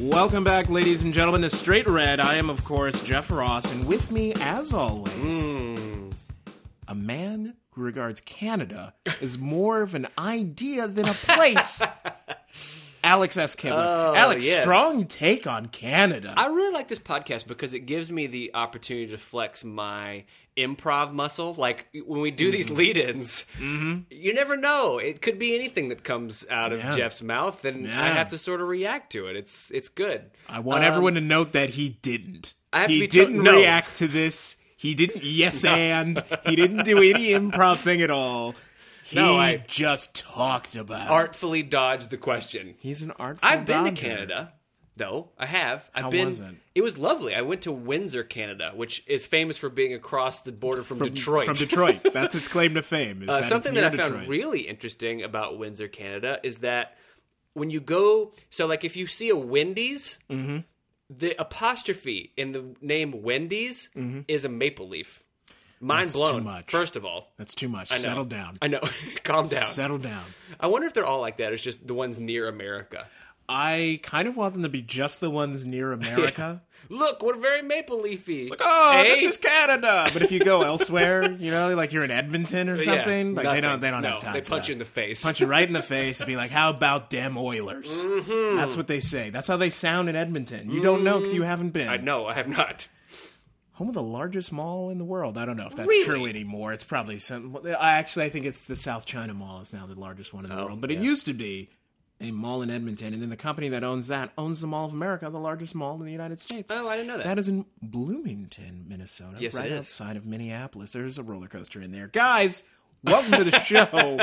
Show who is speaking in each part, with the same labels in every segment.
Speaker 1: Welcome back, ladies and gentlemen, to Straight Red. I am, of course, Jeff Ross, and with me, as always, a man who regards Canada as more of an idea than a place. Alex S. Kibler. Alex,
Speaker 2: Oh, yes.
Speaker 1: strong take on Canada.
Speaker 2: I really like this podcast because it gives me the opportunity to flex my improv muscle. Like when we do
Speaker 1: Mm-hmm.
Speaker 2: these lead-ins, you never know; it could be anything that comes out of
Speaker 1: Yeah.
Speaker 2: Jeff's mouth, and I
Speaker 1: Yeah.
Speaker 2: have to sort of react to it. It's it's good.
Speaker 1: I want everyone to note that he didn't.
Speaker 2: Um, I have
Speaker 1: he
Speaker 2: to be to-
Speaker 1: didn't
Speaker 2: no.
Speaker 1: react to this. He didn't yes and. He didn't do any improv thing at all. He
Speaker 2: No, I-
Speaker 1: just talked about
Speaker 2: Artfully dodge the question.
Speaker 1: He's an artful.
Speaker 2: I've been to
Speaker 1: dodger.
Speaker 2: Canada, though. I have. I've
Speaker 1: How
Speaker 2: been.
Speaker 1: was it?
Speaker 2: was lovely. I went to Windsor, Canada, which is famous for being across the border from, Detroit.
Speaker 1: from Detroit. That's its claim to fame. Is
Speaker 2: Uh,
Speaker 1: that it's
Speaker 2: something
Speaker 1: near
Speaker 2: that I found
Speaker 1: Detroit.
Speaker 2: really interesting about Windsor, Canada, is that when you go, so like if you see a Wendy's,
Speaker 1: Mm-hmm.
Speaker 2: the apostrophe in the name Wendy's is a maple leaf. Mind
Speaker 1: Mm-hmm. That's too
Speaker 2: blown.
Speaker 1: much.
Speaker 2: First of all,
Speaker 1: That's too much.
Speaker 2: No.
Speaker 1: Settle down.
Speaker 2: I know. Calm down.
Speaker 1: Settle down.
Speaker 2: I wonder if they're all like that. It's just the ones near America.
Speaker 1: I kind of want them to be just the ones near America.
Speaker 2: Look, we're very maple leafy. Eh?" It's
Speaker 1: Oh, this is Canada. But if you go elsewhere, you know, like you're in Edmonton or something, like they don't they don't have time.
Speaker 2: They
Speaker 1: for
Speaker 2: punch
Speaker 1: that.
Speaker 2: you in the face.
Speaker 1: punch you right in the face and be like, "How about them Oilers?"
Speaker 2: Mm-hmm.
Speaker 1: That's what they say. That's how they sound in Edmonton. You don't know because you haven't been.
Speaker 2: I know. I have not.
Speaker 1: Home of the largest mall in the world. I don't know if that's
Speaker 2: Really?
Speaker 1: true anymore. It's probably some. I actually I think it's the South China Mall is now the largest one in
Speaker 2: Oh,
Speaker 1: the world, but it used to be a mall in Edmonton, and then the company that owns that owns the Mall of America, the largest mall in the United States.
Speaker 2: Oh, I didn't know that.
Speaker 1: That is in Bloomington, Minnesota,
Speaker 2: Yes, it
Speaker 1: right
Speaker 2: is.
Speaker 1: outside of Minneapolis. There's a roller coaster in there, guys. Welcome to the show.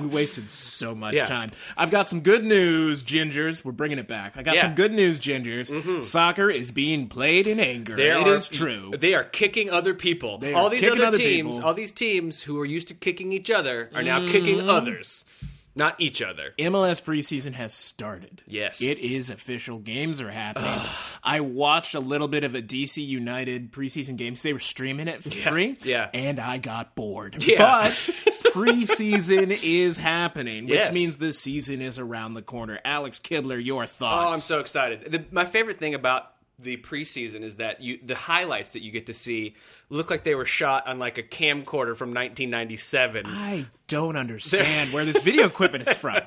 Speaker 1: we wasted so much
Speaker 2: Yeah.
Speaker 1: time. I've got some good news, Gingers. We're bringing it back. I got
Speaker 2: Yeah.
Speaker 1: some good news, Gingers. Soccer is being played in anger. It
Speaker 2: They
Speaker 1: is
Speaker 2: are-
Speaker 1: true.
Speaker 2: They are kicking other people.
Speaker 1: They are
Speaker 2: all these
Speaker 1: kicking
Speaker 2: other,
Speaker 1: other
Speaker 2: teams,
Speaker 1: people.
Speaker 2: all these teams who are used to kicking each other, are now kicking others, not each other.
Speaker 1: MLS preseason has started.
Speaker 2: Yes.
Speaker 1: It is official. Games are happening. I watched a little bit of a DC United preseason games. They were streaming it for free.
Speaker 2: yeah.
Speaker 1: And I got bored.
Speaker 2: Yeah.
Speaker 1: But preseason is happening, which
Speaker 2: Yes.
Speaker 1: means the season is around the corner. Alex Kibler, your
Speaker 2: Oh, I'm
Speaker 1: thoughts.
Speaker 2: so excited! The, my favorite thing about the preseason is that you the highlights that you get to see look like they were shot on like a camcorder from 1997.
Speaker 1: I don't understand where this video equipment is from.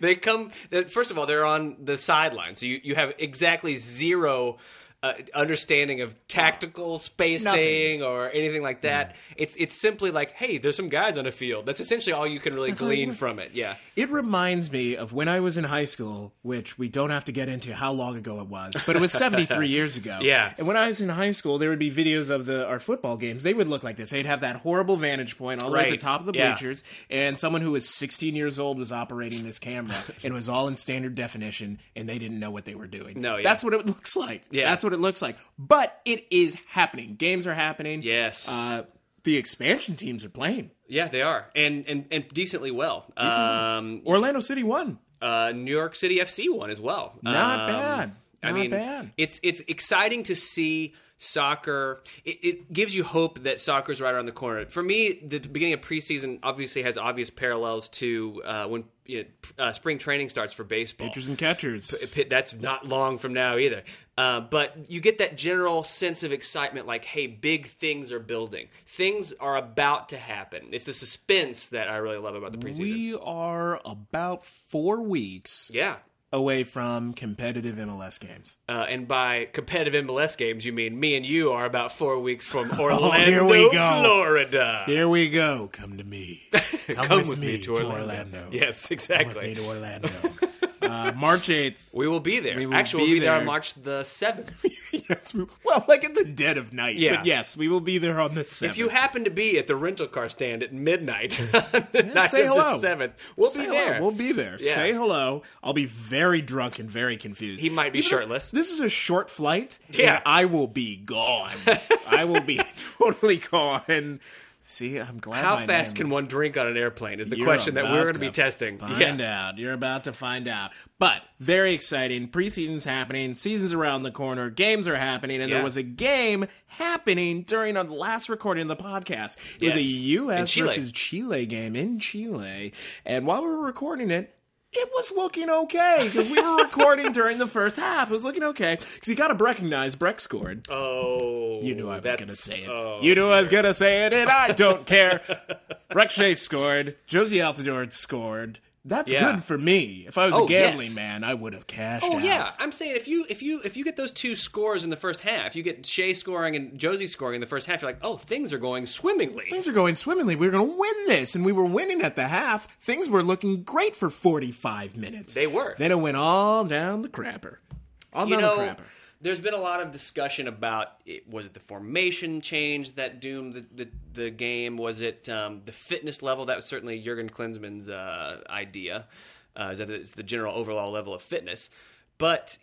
Speaker 2: they come that- first of all they're on the sideline so you, you have exactly zero uh, understanding of tactical spacing or anything like that it's it's simply like hey there's some guys on a field that's essentially all you can really
Speaker 1: all you
Speaker 2: glean
Speaker 1: can-
Speaker 2: from it yeah
Speaker 1: It reminds me of when I was in high school, which we don't have to get into how long ago it was, but it was 73 years ago.
Speaker 2: Yeah.
Speaker 1: And when I was in high school, there would be videos of the our football games. They would look like this. They'd have that horrible vantage point all the way at the
Speaker 2: Right.
Speaker 1: top of the
Speaker 2: Yeah.
Speaker 1: bleachers, and someone who was 16 years old was operating this camera, and it was all in standard definition, and they didn't know what they were doing.
Speaker 2: No, yeah.
Speaker 1: That's what it looks like.
Speaker 2: Yeah.
Speaker 1: That's what it looks like. But it is happening. Games are happening.
Speaker 2: Yes.
Speaker 1: Uh, the expansion teams are playing.
Speaker 2: yeah they are and and, and decently well um
Speaker 1: Orlando City won.
Speaker 2: uh new york city fc one as well
Speaker 1: Not
Speaker 2: Um,
Speaker 1: bad.
Speaker 2: I
Speaker 1: Not
Speaker 2: mean,
Speaker 1: bad.
Speaker 2: it's it's exciting to see soccer. It, it gives you hope that soccer's right around the corner. For me, the beginning of preseason obviously has obvious parallels to uh, when you know, uh, spring training starts for baseball.
Speaker 1: Pitchers and catchers.
Speaker 2: Pit- That's not long from now either. Uh, but you get that general sense of excitement, like, hey, big things are building. Things are about to happen. It's the suspense that I really love about the preseason.
Speaker 1: We are about four weeks
Speaker 2: yeah.
Speaker 1: away from competitive MLS games.
Speaker 2: Uh, and by competitive MLS games, you mean me and you are about four weeks from Orlando,
Speaker 1: here we go.
Speaker 2: Florida.
Speaker 1: Here we go. Come to me. Come,
Speaker 2: Come with me to Orlando. Yes,
Speaker 1: Come with me
Speaker 2: exactly.
Speaker 1: to Orlando. uh, March 8th.
Speaker 2: We will be there.
Speaker 1: will
Speaker 2: Actually,
Speaker 1: be
Speaker 2: we'll be there on
Speaker 1: there.
Speaker 2: March the 7th.
Speaker 1: yes, we- well, like in the dead of night.
Speaker 2: Yeah.
Speaker 1: But yes, we will be there on the 7th.
Speaker 2: If you happen to be at the rental car stand at midnight, on the night
Speaker 1: say
Speaker 2: of
Speaker 1: hello.
Speaker 2: the 7th, we'll
Speaker 1: Say
Speaker 2: be
Speaker 1: hello.
Speaker 2: there.
Speaker 1: We'll be there.
Speaker 2: Yeah.
Speaker 1: Say hello. I'll be very drunk and very confused.
Speaker 2: He might be
Speaker 1: Even though
Speaker 2: shirtless.
Speaker 1: This is a short flight.
Speaker 2: Yeah.
Speaker 1: And I will be gone. I will be totally gone. See, I'm glad.
Speaker 2: How
Speaker 1: my
Speaker 2: fast
Speaker 1: name-
Speaker 2: can one drink on an airplane is the
Speaker 1: You're
Speaker 2: question that we're
Speaker 1: about
Speaker 2: going to be testing.
Speaker 1: Find out. You're about to find out. But very exciting. Preseason's happening. Season's around the corner. Games are happening. And there
Speaker 2: Yeah.
Speaker 1: was a game happening during our last recording of the podcast. It was a
Speaker 2: Yes. In
Speaker 1: U.S.
Speaker 2: Chile.
Speaker 1: versus Chile game in Chile. And while we were recording it, it was looking okay because we were recording during the first half. It was looking okay because you got to recognize Breck scored.
Speaker 2: Oh,
Speaker 1: You knew I was
Speaker 2: that's-
Speaker 1: going to say it.
Speaker 2: oh,
Speaker 1: you knew I was going to say it, and I don't care. Breck Shea scored. Josie Altidore scored. That's
Speaker 2: Yeah.
Speaker 1: good for me. If I was
Speaker 2: Oh,
Speaker 1: a gambling
Speaker 2: yes.
Speaker 1: man, I would have cashed
Speaker 2: Oh
Speaker 1: out.
Speaker 2: yeah, I'm saying if you if you if you get those two scores in the first half, you get Shea scoring and Josie scoring in the first half. You're like, oh, things are going swimmingly.
Speaker 1: Things are going swimmingly. We were going to win this, and we were winning at the half. Things were looking great for 45 minutes.
Speaker 2: They were.
Speaker 1: Then it went all down the crapper. All
Speaker 2: you
Speaker 1: down
Speaker 2: know,
Speaker 1: the crapper.
Speaker 2: there's been a lot of discussion about it, was it the formation change that doomed the, the, the game? Was it um, the fitness level? That was certainly Jurgen Klinsmann's uh, idea. Uh, is that it's the general overall level of fitness, but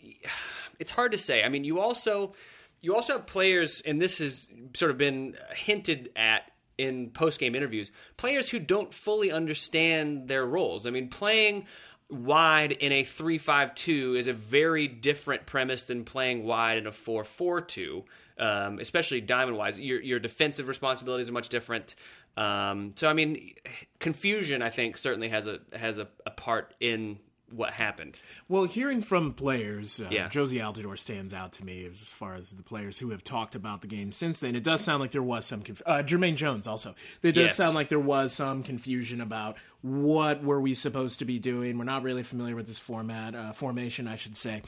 Speaker 2: it's hard to say. I mean, you also you also have players, and this has sort of been hinted at in post game interviews players who don't fully understand their roles. I mean, playing wide in a 3-5-2 is a very different premise than playing wide in a 4-4-2 um, especially diamond wise your, your defensive responsibilities are much different um, so i mean confusion i think certainly has a has a, a part in what happened
Speaker 1: Well, hearing from players, uh,
Speaker 2: Yeah.
Speaker 1: Josie Altidore stands out to me as far as the players who have talked about the game since then. It does sound like there was some conf- uh, Jermaine Jones also. It does
Speaker 2: Yes.
Speaker 1: sound like there was some confusion about what were we supposed to be doing. We're not really familiar with this format uh, formation, I should say.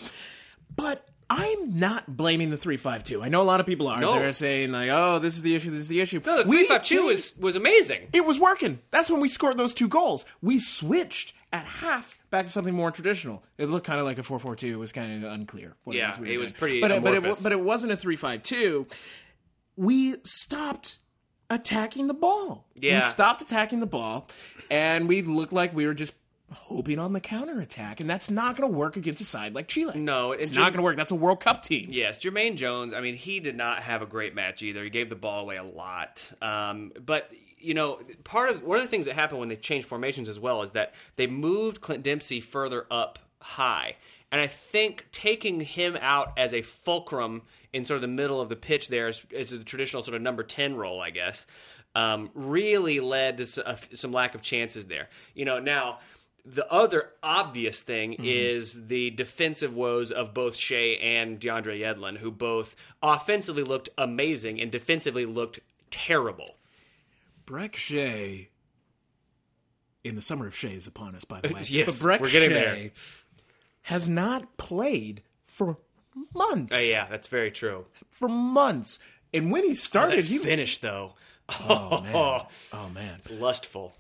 Speaker 1: But I'm not blaming the three five two. I know a lot of people are.
Speaker 2: No.
Speaker 1: They're saying like, "Oh, this is the issue. This is the issue."
Speaker 2: no, the
Speaker 1: We
Speaker 2: 3-5-2
Speaker 1: changed-
Speaker 2: was was amazing
Speaker 1: it was working. That's when we scored those two goals. We switched at half back to something more traditional. It looked kind of like a 4-4-2. It was kind of unclear. what
Speaker 2: Yeah,
Speaker 1: we were
Speaker 2: it was
Speaker 1: doing.
Speaker 2: pretty
Speaker 1: But it, but, it,
Speaker 2: amorphous.
Speaker 1: but it wasn't a 3-5-2. We stopped attacking the ball.
Speaker 2: Yeah.
Speaker 1: We stopped attacking the ball, and we looked like we were just hoping on the counterattack, and that's not going to work against a side like Chile.
Speaker 2: No,
Speaker 1: it's
Speaker 2: and
Speaker 1: not
Speaker 2: Jim-
Speaker 1: going to work. That's a World Cup team.
Speaker 2: Yes, Jermaine Jones. I mean, he did not have a great match either. He gave the ball away a lot. Um, but you know, part of one of the things that happened when they changed formations as well is that they moved Clint Dempsey further up high, and I think taking him out as a fulcrum in sort of the middle of the pitch there is, is a traditional sort of number ten role, I guess. Um, really led to s- a f- some lack of chances there. You know, now the other obvious thing
Speaker 1: Mm-hmm.
Speaker 2: is the defensive woes of both Shea and DeAndre Yedlin, who both offensively looked amazing and defensively looked terrible.
Speaker 1: Breck Shea. In the summer of Shea is upon us, by the way.
Speaker 2: Yes,
Speaker 1: but Breck
Speaker 2: we're getting
Speaker 1: Shea
Speaker 2: there.
Speaker 1: has not played for months.
Speaker 2: Uh, yeah, that's very true.
Speaker 1: For months. And when he started,
Speaker 2: That
Speaker 1: he
Speaker 2: finish though,
Speaker 1: Oh man. Oh man.
Speaker 2: lustful.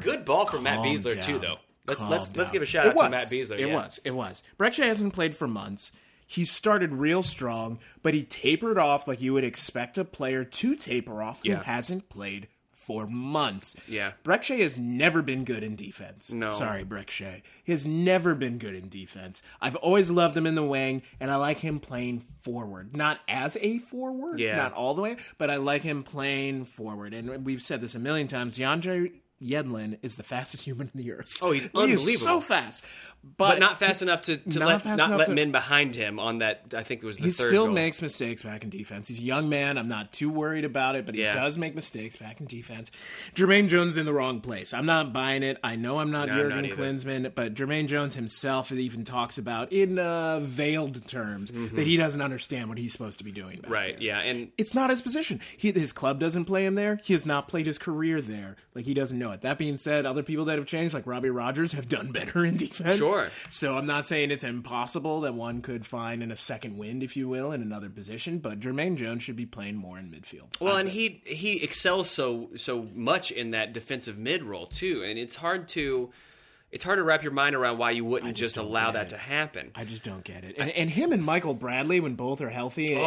Speaker 2: Good ball from Matt
Speaker 1: Calm
Speaker 2: Beasler too,
Speaker 1: down.
Speaker 2: though. Let's
Speaker 1: Calm
Speaker 2: let's let's
Speaker 1: down.
Speaker 2: give a shout
Speaker 1: It
Speaker 2: out
Speaker 1: was.
Speaker 2: to Matt Beasler.
Speaker 1: It
Speaker 2: yeah.
Speaker 1: was. It was. Breck Shea hasn't played for months. He started real strong, but he tapered off like you would expect a player to taper off who
Speaker 2: Yeah.
Speaker 1: hasn't played for months.
Speaker 2: Yeah.
Speaker 1: Breck Shea has never been good in defense.
Speaker 2: No.
Speaker 1: Sorry, Breck Shea. He has never been good in defense. I've always loved him in the wing, and I like him playing forward. Not as a forward,
Speaker 2: Yeah.
Speaker 1: not all the way, but I like him playing forward. And we've said this a million times. DeAndre Yedlin is the fastest human on the earth.
Speaker 2: Oh, he's
Speaker 1: He is
Speaker 2: unbelievable.
Speaker 1: so fast. But,
Speaker 2: But not fast enough to, to
Speaker 1: Not
Speaker 2: let
Speaker 1: fast
Speaker 2: not
Speaker 1: enough
Speaker 2: let
Speaker 1: to-
Speaker 2: men behind him on that. I think it was the
Speaker 1: he
Speaker 2: third
Speaker 1: still
Speaker 2: goal.
Speaker 1: makes mistakes back in defense. He's a young man. I'm not too worried about it, but
Speaker 2: Yeah.
Speaker 1: he does make mistakes back in defense. Jermaine Jones in the wrong place. I'm not buying it. I know I'm not
Speaker 2: I'm
Speaker 1: Jurgen
Speaker 2: not either.
Speaker 1: Klinsmann, but Jermaine Jones himself even talks about in uh, veiled terms that he doesn't understand what he's supposed to be doing. Back
Speaker 2: Mm-hmm. right.
Speaker 1: there.
Speaker 2: Yeah, and
Speaker 1: It's not his position. He, his club doesn't play him there. He has not played his career there. Like he doesn't know it. That being said, other people that have changed, like Robbie Rogers, have done better in defense.
Speaker 2: Sure.
Speaker 1: So I'm not saying it's impossible that one could find in a second wind, if you will, in another position. But Jermaine Jones should be playing more in midfield.
Speaker 2: Well, and he he excels so so much in that defensive mid role too, and it's hard to it's hard to wrap your mind around why you wouldn't just,
Speaker 1: don't
Speaker 2: allow
Speaker 1: get
Speaker 2: that
Speaker 1: it.
Speaker 2: to happen.
Speaker 1: I just don't get it. And, and him and Michael Bradley, when both are healthy, oh.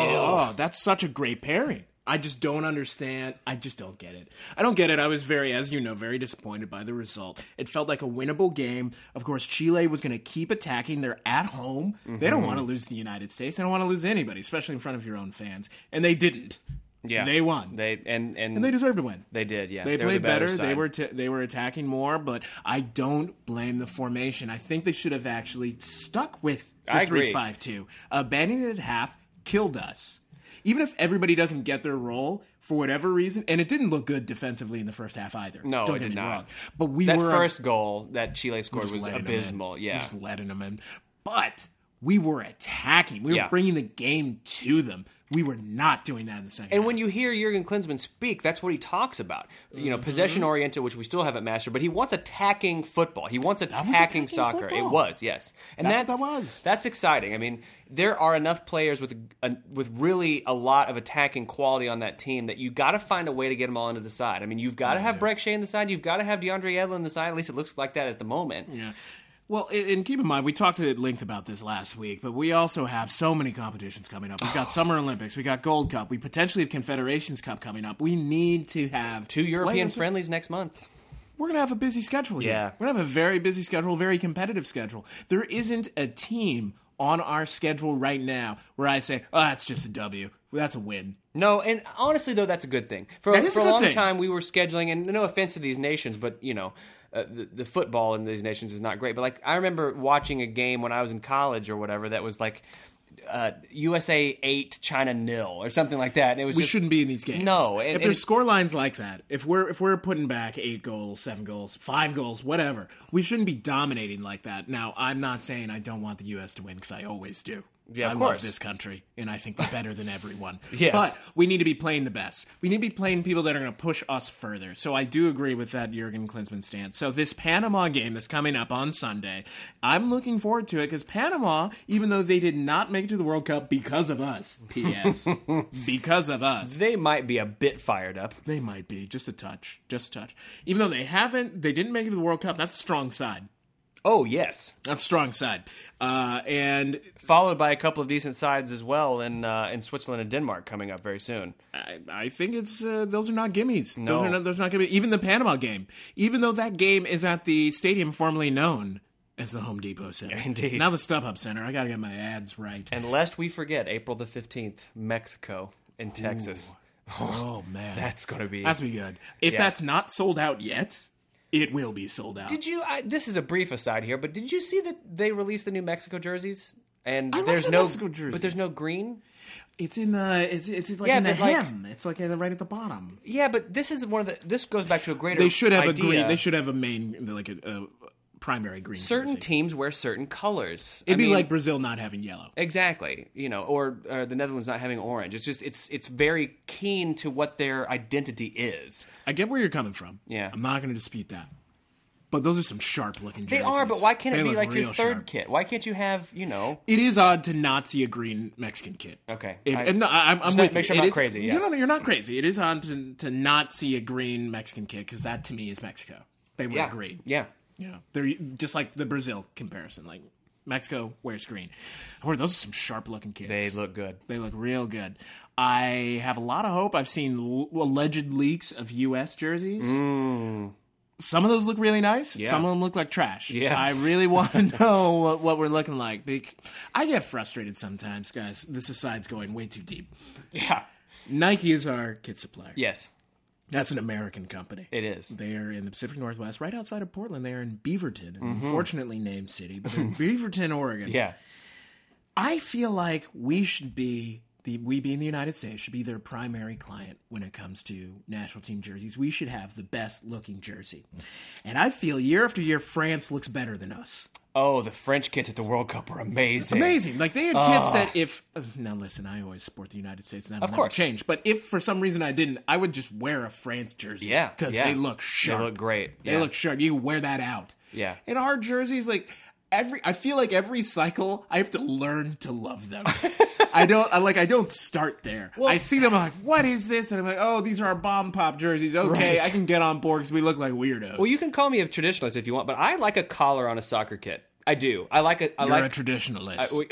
Speaker 1: oh, that's such a great pairing. I just don't understand. I just don't get it. I don't get it. I was very, as you know, very disappointed by the result. It felt like a winnable game. Of course, Chile was going to keep attacking. They're at home. They
Speaker 2: Mm-hmm.
Speaker 1: don't want to lose the United States. They don't want to lose anybody, especially in front of your own fans. And they didn't.
Speaker 2: yeah,
Speaker 1: They won.
Speaker 2: They and and,
Speaker 1: They deserved to win.
Speaker 2: they did. Yeah,
Speaker 1: They,
Speaker 2: were the
Speaker 1: played better. They
Speaker 2: side.
Speaker 1: were t- they were attacking more, but I don't blame the formation. I think they should have actually stuck with
Speaker 2: I
Speaker 1: the
Speaker 2: agree.
Speaker 1: three five two. Abandoning it at half killed us. Even if everybody doesn't get their role, for whatever reason, and it didn't look good defensively in the first half either.
Speaker 2: No,
Speaker 1: don't
Speaker 2: it
Speaker 1: get
Speaker 2: did
Speaker 1: me
Speaker 2: not.
Speaker 1: wrong. But we
Speaker 2: That
Speaker 1: were
Speaker 2: first goal that Chile scored
Speaker 1: um, just
Speaker 2: was
Speaker 1: letting 'em in.
Speaker 2: abysmal.
Speaker 1: We're
Speaker 2: Yeah.
Speaker 1: just letting them in. But we were attacking. We were
Speaker 2: Yeah.
Speaker 1: bringing the game to them. We were not doing that in the second.
Speaker 2: And when you hear Jurgen Klinsmann speak, that's what he talks about. You
Speaker 1: Mm-hmm.
Speaker 2: know, possession oriented, which we still haven't mastered, but he wants attacking football. He wants attacking,
Speaker 1: attacking
Speaker 2: soccer.
Speaker 1: football.
Speaker 2: It was, yes. And
Speaker 1: That's
Speaker 2: that's,
Speaker 1: what that was.
Speaker 2: That's exciting. I mean, there are enough players with uh, with really a lot of attacking quality on that team that you got to find a way to get them all into the side. I mean, you've got to have Breck Shea in the side. You've got to have DeAndre Edlin in the side. At least it looks like that at the moment.
Speaker 1: Yeah. Well, and and keep in mind, we talked at length about this last week, but we also have so many competitions coming up. We've
Speaker 2: Oh.
Speaker 1: got Summer Olympics, we got Gold Cup, we potentially have Confederations Cup coming up. We need to have
Speaker 2: Two European
Speaker 1: players-
Speaker 2: friendlies next month.
Speaker 1: We're gonna have a busy schedule. Here.
Speaker 2: Yeah.
Speaker 1: we're gonna have a very busy schedule, very competitive schedule. There isn't a team on our schedule right now where I say, "Oh, that's just a W. That's a win."
Speaker 2: No, and honestly, though, that's a good thing. For,
Speaker 1: That is
Speaker 2: for
Speaker 1: a
Speaker 2: a,
Speaker 1: good
Speaker 2: long
Speaker 1: thing.
Speaker 2: time, we were scheduling, and no offense to these nations, but you know, uh, the, the football in these nations is not great. But like, I remember watching a game when I was in college or whatever that was like uh, USA eight, China nil, or something like that. And it was
Speaker 1: We
Speaker 2: just,
Speaker 1: shouldn't be in these games.
Speaker 2: No, and-
Speaker 1: if there's score lines like that, if we're if we're putting back eight goals, seven goals, five goals, whatever, we shouldn't be dominating like that. Now, I'm not saying I don't want the U.S. to win because I always do.
Speaker 2: Yeah, of
Speaker 1: I
Speaker 2: course.
Speaker 1: love this country, and I think we're better than everyone.
Speaker 2: Yes.
Speaker 1: but we need to be playing the best. We need to be playing people that are going to push us further. So I do agree with that Jurgen Klinsmann stance. So this Panama game that's coming up on Sunday, I'm looking forward to it because Panama, even though they did not make it to the World Cup because of us, P.S. because of us,
Speaker 2: They might be a bit fired up.
Speaker 1: they might be just a touch, just a touch. Even though they haven't, they didn't make it to the World Cup. That's a strong side.
Speaker 2: Oh yes,
Speaker 1: That's a strong side. Uh, and
Speaker 2: followed by a couple of decent sides as well in uh, in Switzerland and Denmark coming up very soon.
Speaker 1: I, I think it's uh, those are not gimmies.
Speaker 2: No.
Speaker 1: Those are not, those are not gimmies. Even the Panama game, even though that game is at the stadium formerly known as the Home Depot Center,
Speaker 2: Indeed.
Speaker 1: now the StubHub Center. I got to get my ads right.
Speaker 2: And lest we forget, April the fifteenth, Mexico in Texas.
Speaker 1: oh man,
Speaker 2: That's going to be
Speaker 1: that's be good. If
Speaker 2: Yeah.
Speaker 1: that's not sold out yet, it will be sold out.
Speaker 2: Did you? I, this is a brief aside here, but did you see that they released the new Mexico jerseys? And
Speaker 1: like
Speaker 2: there's
Speaker 1: the
Speaker 2: no,
Speaker 1: Mexico
Speaker 2: but there's no green.
Speaker 1: it's in the it's it's like
Speaker 2: Yeah,
Speaker 1: in the
Speaker 2: but, like-
Speaker 1: hem. it's like in the, right at the bottom.
Speaker 2: Yeah, but this is one of the. This goes back to a greater.
Speaker 1: They should have
Speaker 2: idea.
Speaker 1: a green. They should have a main, like a, a primary green.
Speaker 2: Certain
Speaker 1: jersey.
Speaker 2: teams wear certain colors.
Speaker 1: It'd be like Brazil not having yellow.
Speaker 2: exactly, you know, or, or the Netherlands not having orange. It's just it's it's very keen to what their identity is.
Speaker 1: I get where you're coming from.
Speaker 2: Yeah.
Speaker 1: I'm not going to dispute that. But those are some sharp looking.
Speaker 2: They
Speaker 1: jerseys.
Speaker 2: are, but why can't
Speaker 1: They
Speaker 2: it be
Speaker 1: look
Speaker 2: like your
Speaker 1: real
Speaker 2: third
Speaker 1: sharp.
Speaker 2: kit? Why can't you have you know?
Speaker 1: It is odd to not see a green Mexican kid.
Speaker 2: Okay.
Speaker 1: It-
Speaker 2: I-
Speaker 1: and no, I, am I'm
Speaker 2: not-
Speaker 1: with
Speaker 2: make
Speaker 1: you.
Speaker 2: sure I'm
Speaker 1: It
Speaker 2: not
Speaker 1: is-
Speaker 2: crazy, yeah.
Speaker 1: No, no, no, you're not crazy. It is odd to to not see a green Mexican kid because that to me is Mexico. They wear
Speaker 2: Yeah,
Speaker 1: green.
Speaker 2: yeah.
Speaker 1: Yeah, they're just like the Brazil comparison. Like Mexico wears green. Or those are some sharp looking kids.
Speaker 2: They look good.
Speaker 1: They look real good. I have a lot of hope. I've seen l- alleged leaks of U.S. jerseys.
Speaker 2: Mm.
Speaker 1: Some of those look really nice. Some of them look like trash.
Speaker 2: Yeah.
Speaker 1: I really want to know what, what we're looking like. bec- I get frustrated sometimes, guys. This aside's going way too deep.
Speaker 2: Yeah.
Speaker 1: Nike is our kit supplier.
Speaker 2: Yes,
Speaker 1: That's an American company.
Speaker 2: it is.
Speaker 1: They are in the Pacific Northwest, right outside of Portland. They are in Beaverton, an
Speaker 2: Mm-hmm.
Speaker 1: unfortunately named city, but they're in Beaverton, Oregon.
Speaker 2: Yeah.
Speaker 1: I feel like we should be the we being the United States should be their primary client when it comes to national team jerseys. We should have the best looking jersey. And I feel year after year France looks better than us.
Speaker 2: Oh, the French kids at the World Cup were amazing.
Speaker 1: Amazing. Like they had kids that if now listen, I always support the United States and that of
Speaker 2: Ah. course.
Speaker 1: change. But if for some reason I didn't, I would just wear a France jersey.
Speaker 2: Yeah,
Speaker 1: Because
Speaker 2: yeah.
Speaker 1: they look sharp.
Speaker 2: They look great.
Speaker 1: They
Speaker 2: yeah.
Speaker 1: look sharp. You can wear that out.
Speaker 2: Yeah.
Speaker 1: And our jerseys, like every, I feel like every cycle, I have to learn to love them. I don't, I like, I don't start there. I see them, I'm like, what is this? And I'm like, oh, these are our bomb pop jerseys. Okay,
Speaker 2: Right.
Speaker 1: I can get on board because we look like weirdos.
Speaker 2: Well, you can call me a traditionalist if you want, but I like a collar on a soccer kit. I do. I like a. I
Speaker 1: You're
Speaker 2: like.
Speaker 1: a traditionalist.
Speaker 2: we-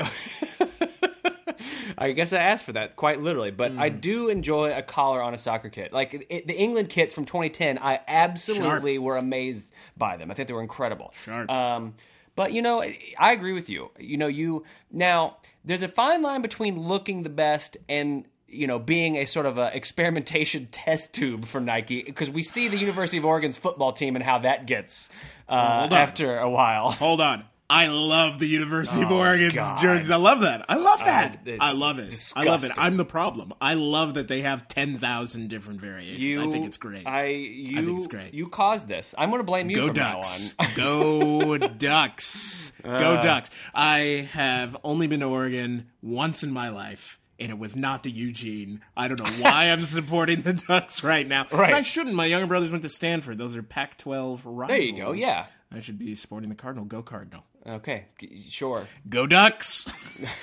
Speaker 2: I guess I asked for that quite literally, but I
Speaker 1: Hmm.
Speaker 2: do enjoy a collar on a soccer kit. Like it, the England kits from 2010, I absolutely were amazed by them. I think they were incredible.
Speaker 1: Sharp.
Speaker 2: Um, but you know, I- I agree with you. You know, you now there's a fine line between looking the best and you know being a sort of a experimentation test tube for Nike because we see the University of Oregon's football team and how that gets uh,
Speaker 1: on.
Speaker 2: after a while.
Speaker 1: Hold on. I love the University of Oregon's
Speaker 2: Oh, God. Uh,
Speaker 1: jerseys. I love that. I love that.
Speaker 2: it's
Speaker 1: I love it. I love it.
Speaker 2: disgusting.
Speaker 1: I'm the problem. I love that they have 10,000 different variations.
Speaker 2: You,
Speaker 1: I think it's great.
Speaker 2: I, you,
Speaker 1: think it's great.
Speaker 2: You caused this. I'm going to blame you
Speaker 1: Go
Speaker 2: from
Speaker 1: Ducks.
Speaker 2: now on. Ah.
Speaker 1: Go Ducks. Go Ducks. I have only been to Oregon once in my life. And it was not to Eugene. I don't know why I'm supporting the Ducks right now. But
Speaker 2: Right.
Speaker 1: I shouldn't. My younger brothers went to Stanford. Those are Pac-12 rivals.
Speaker 2: you go, yeah.
Speaker 1: I should be supporting the Cardinal. Go Cardinal.
Speaker 2: Okay, g- sure.
Speaker 1: Go Ducks.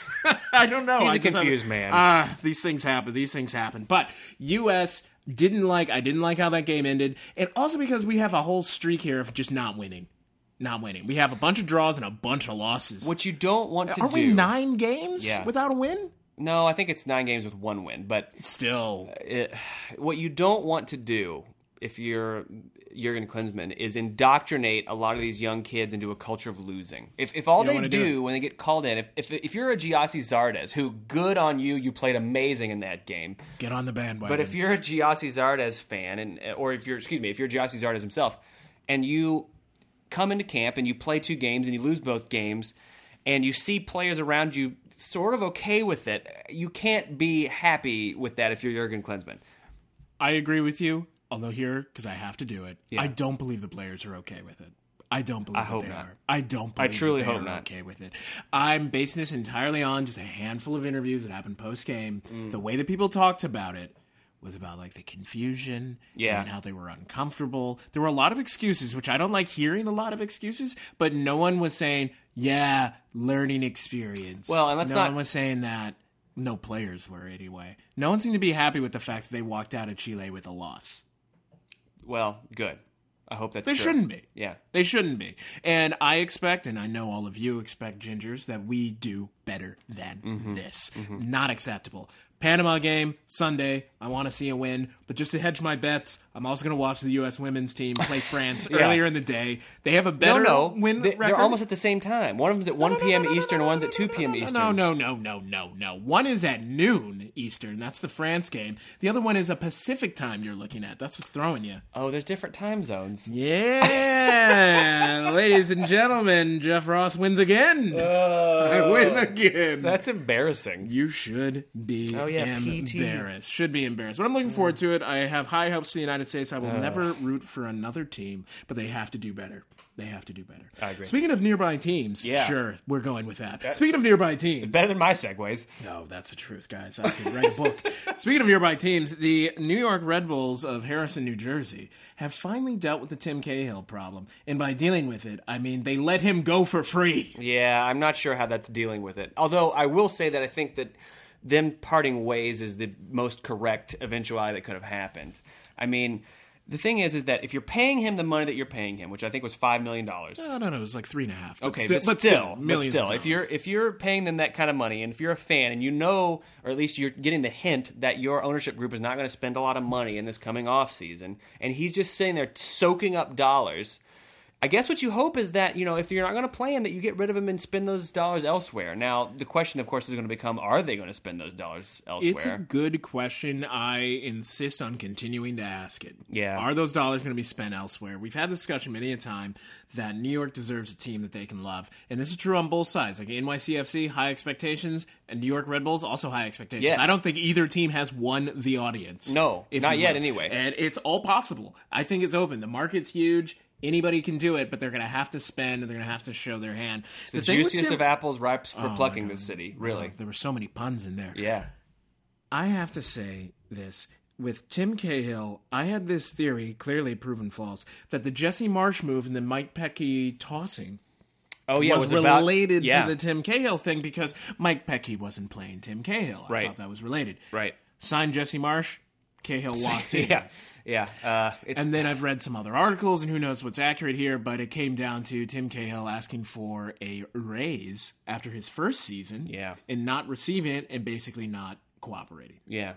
Speaker 1: I don't know.
Speaker 2: He's
Speaker 1: I
Speaker 2: a
Speaker 1: just
Speaker 2: confused
Speaker 1: haven't-
Speaker 2: man.
Speaker 1: Ah, these things happen. These things happen. But U.S. didn't like. I didn't like how that game ended, and also because we have a whole streak here of just not winning, not winning. We have a bunch of draws and a bunch of losses.
Speaker 2: What you don't want to
Speaker 1: Aren't
Speaker 2: do.
Speaker 1: we nine games
Speaker 2: Yeah.
Speaker 1: without a win?
Speaker 2: No, I think it's nine games with one win. But
Speaker 1: Still,
Speaker 2: it, what you don't want to do if you're Jurgen Klinsmann is indoctrinate a lot of these young kids into a culture of losing. If, if all they
Speaker 1: wanna
Speaker 2: do,
Speaker 1: do
Speaker 2: when they get called in, if, if, if you're a Giassi Zardes, who good on you, you played amazing in that game.
Speaker 1: get on the bandwagon.
Speaker 2: But if you're a Giassi Zardes fan, and or if you're, excuse me, if you're Giassi Zardes himself, and you come into camp and you play two games and you lose both games, and you see players around you sort of okay with it, you can't be happy with that if you're Jurgen Klinsmann.
Speaker 1: I agree with you. Although here, because I have to do it, I don't believe the players are okay with it. I don't believe that
Speaker 2: hope
Speaker 1: they
Speaker 2: not.
Speaker 1: are. I don't. Believe
Speaker 2: truly
Speaker 1: that they
Speaker 2: hope
Speaker 1: are
Speaker 2: not.
Speaker 1: Okay with it. I'm basing this entirely on just a handful of interviews that happened post game.
Speaker 2: Mm.
Speaker 1: The way that people talked about it was about like the confusion
Speaker 2: Yeah.
Speaker 1: and how they were uncomfortable. There were a lot of excuses, which I don't like hearing a lot of excuses, but no one was saying, "Yeah, learning experience."
Speaker 2: Well, and let's
Speaker 1: no
Speaker 2: not-
Speaker 1: one was saying that. No players were anyway. No one seemed to be happy with the fact that they walked out of Chile with a loss.
Speaker 2: Well, good. I hope that's
Speaker 1: They
Speaker 2: true.
Speaker 1: shouldn't be.
Speaker 2: Yeah.
Speaker 1: They shouldn't be. And I expect, and I know all of you expect gingers, that we do better than
Speaker 2: Mm-hmm.
Speaker 1: this. Not acceptable. Panama game, Sunday. I want to see a win. But just to hedge my bets, I'm also going to watch the U.S. women's team play France earlier in the day. They have a
Speaker 2: No,
Speaker 1: better
Speaker 2: no,
Speaker 1: win
Speaker 2: they,
Speaker 1: record.
Speaker 2: are almost at the same time. One of them's at 1 p.m. Eastern, one's at 2 p.m. Eastern.
Speaker 1: No, no, no, no, no, no. One is at noon Eastern. That's the France game. The other one is a Pacific time you're looking at. That's what's throwing you.
Speaker 2: Oh, there's different time zones.
Speaker 1: Yeah, ladies and gentlemen, Jeff Ross wins again. I win again.
Speaker 2: That's embarrassing.
Speaker 1: you should be
Speaker 2: Oh, yeah, PT.
Speaker 1: embarrassed. Should be embarrassed. But I'm looking forward to it. I have high hopes for the United States. I will never root for another team, but they have to do better. They have to do better. I
Speaker 2: agree.
Speaker 1: Speaking of nearby teams,
Speaker 2: Yeah.
Speaker 1: sure, we're going with that. Speaking of nearby teams,
Speaker 2: Better than my segues.
Speaker 1: no, Oh, that's the truth, guys. I could write a book. Speaking of nearby teams, the New York Red Bulls of Harrison, New Jersey, have finally dealt with the Tim Cahill problem. And by dealing with it, I mean they let him go for free.
Speaker 2: Yeah, I'm not sure how that's dealing with it. Although I will say that I think that them parting ways is the most correct eventuality that could have happened. I mean, the thing is, is that if you're paying him the money that you're paying him, which I think was five million dollars.
Speaker 1: No, no, no. It was like three and a half. But
Speaker 2: Okay,
Speaker 1: still,
Speaker 2: but still, but
Speaker 1: millions. of
Speaker 2: still, if
Speaker 1: dollars.
Speaker 2: you're if you're paying them that kind of money, and if you're a fan, and you know, or at least you're getting the hint that your ownership group is not going to spend a lot of money in this coming off season, and he's just sitting there soaking up dollars. I guess what you hope is that you know if you're not going to play him, that you get rid of him and spend those dollars elsewhere. Now the question, of course, is going to become: Are they going to spend those dollars elsewhere?
Speaker 1: It's a good question. I insist on continuing to ask it.
Speaker 2: Yeah.
Speaker 1: Are those dollars going to be spent elsewhere? We've had this discussion many a time that New York deserves a team that they can love. And this is true on both sides. Like NYCFC, high expectations, and New York Red Bulls, also high expectations.
Speaker 2: Yes.
Speaker 1: I don't think either team has won the audience.
Speaker 2: No,
Speaker 1: if
Speaker 2: not
Speaker 1: you
Speaker 2: yet
Speaker 1: will.
Speaker 2: anyway.
Speaker 1: And it's all possible. I think it's open. The market's huge. Anybody can do it, but they're going to have to spend and they're going to have to show their hand.
Speaker 2: the
Speaker 1: thing with
Speaker 2: juiciest
Speaker 1: Tim-
Speaker 2: of apples ripe for
Speaker 1: Oh, my
Speaker 2: plucking
Speaker 1: God.
Speaker 2: this city, really.
Speaker 1: There were so many puns in there.
Speaker 2: Yeah.
Speaker 1: I have to say this. With Tim Cahill, I had this theory, clearly proven false, that the Jesse Marsh move and the Mike Pecky tossing
Speaker 2: Oh yeah,
Speaker 1: was,
Speaker 2: it about-
Speaker 1: related
Speaker 2: yeah.
Speaker 1: to the Tim Cahill thing because Mike Pecky wasn't playing Tim Cahill. I
Speaker 2: Right.
Speaker 1: thought that was related.
Speaker 2: right.
Speaker 1: Sign Jesse Marsh, Cahill walks in.
Speaker 2: Yeah, yeah. Uh, it's
Speaker 1: And then I've read some other articles, and who knows what's accurate here, but it came down to Tim Cahill asking for a raise after his first season
Speaker 2: Yeah.
Speaker 1: and not receiving it and basically not cooperating.
Speaker 2: yeah.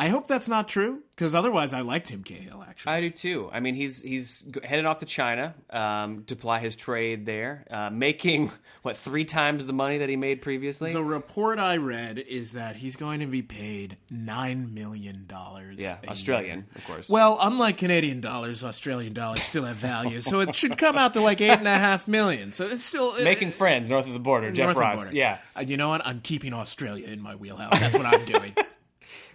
Speaker 1: I hope that's not true because otherwise, I like Tim Cahill. Actually,
Speaker 2: I do too. I mean, he's he's g- headed off to China um, to ply his trade there, uh, making what three times the money that he made previously.
Speaker 1: the report I read is that he's going to be paid nine million dollars.
Speaker 2: yeah, Australian, of course.
Speaker 1: Well, unlike Canadian dollars, Australian dollars still have value, so it should come out to like eight and a half million. So it's still
Speaker 2: making friends north of the border. Jeff
Speaker 1: north of
Speaker 2: Ross.
Speaker 1: border.
Speaker 2: Yeah,
Speaker 1: Uh, you know what? I'm keeping Australia in my wheelhouse. That's what I'm doing.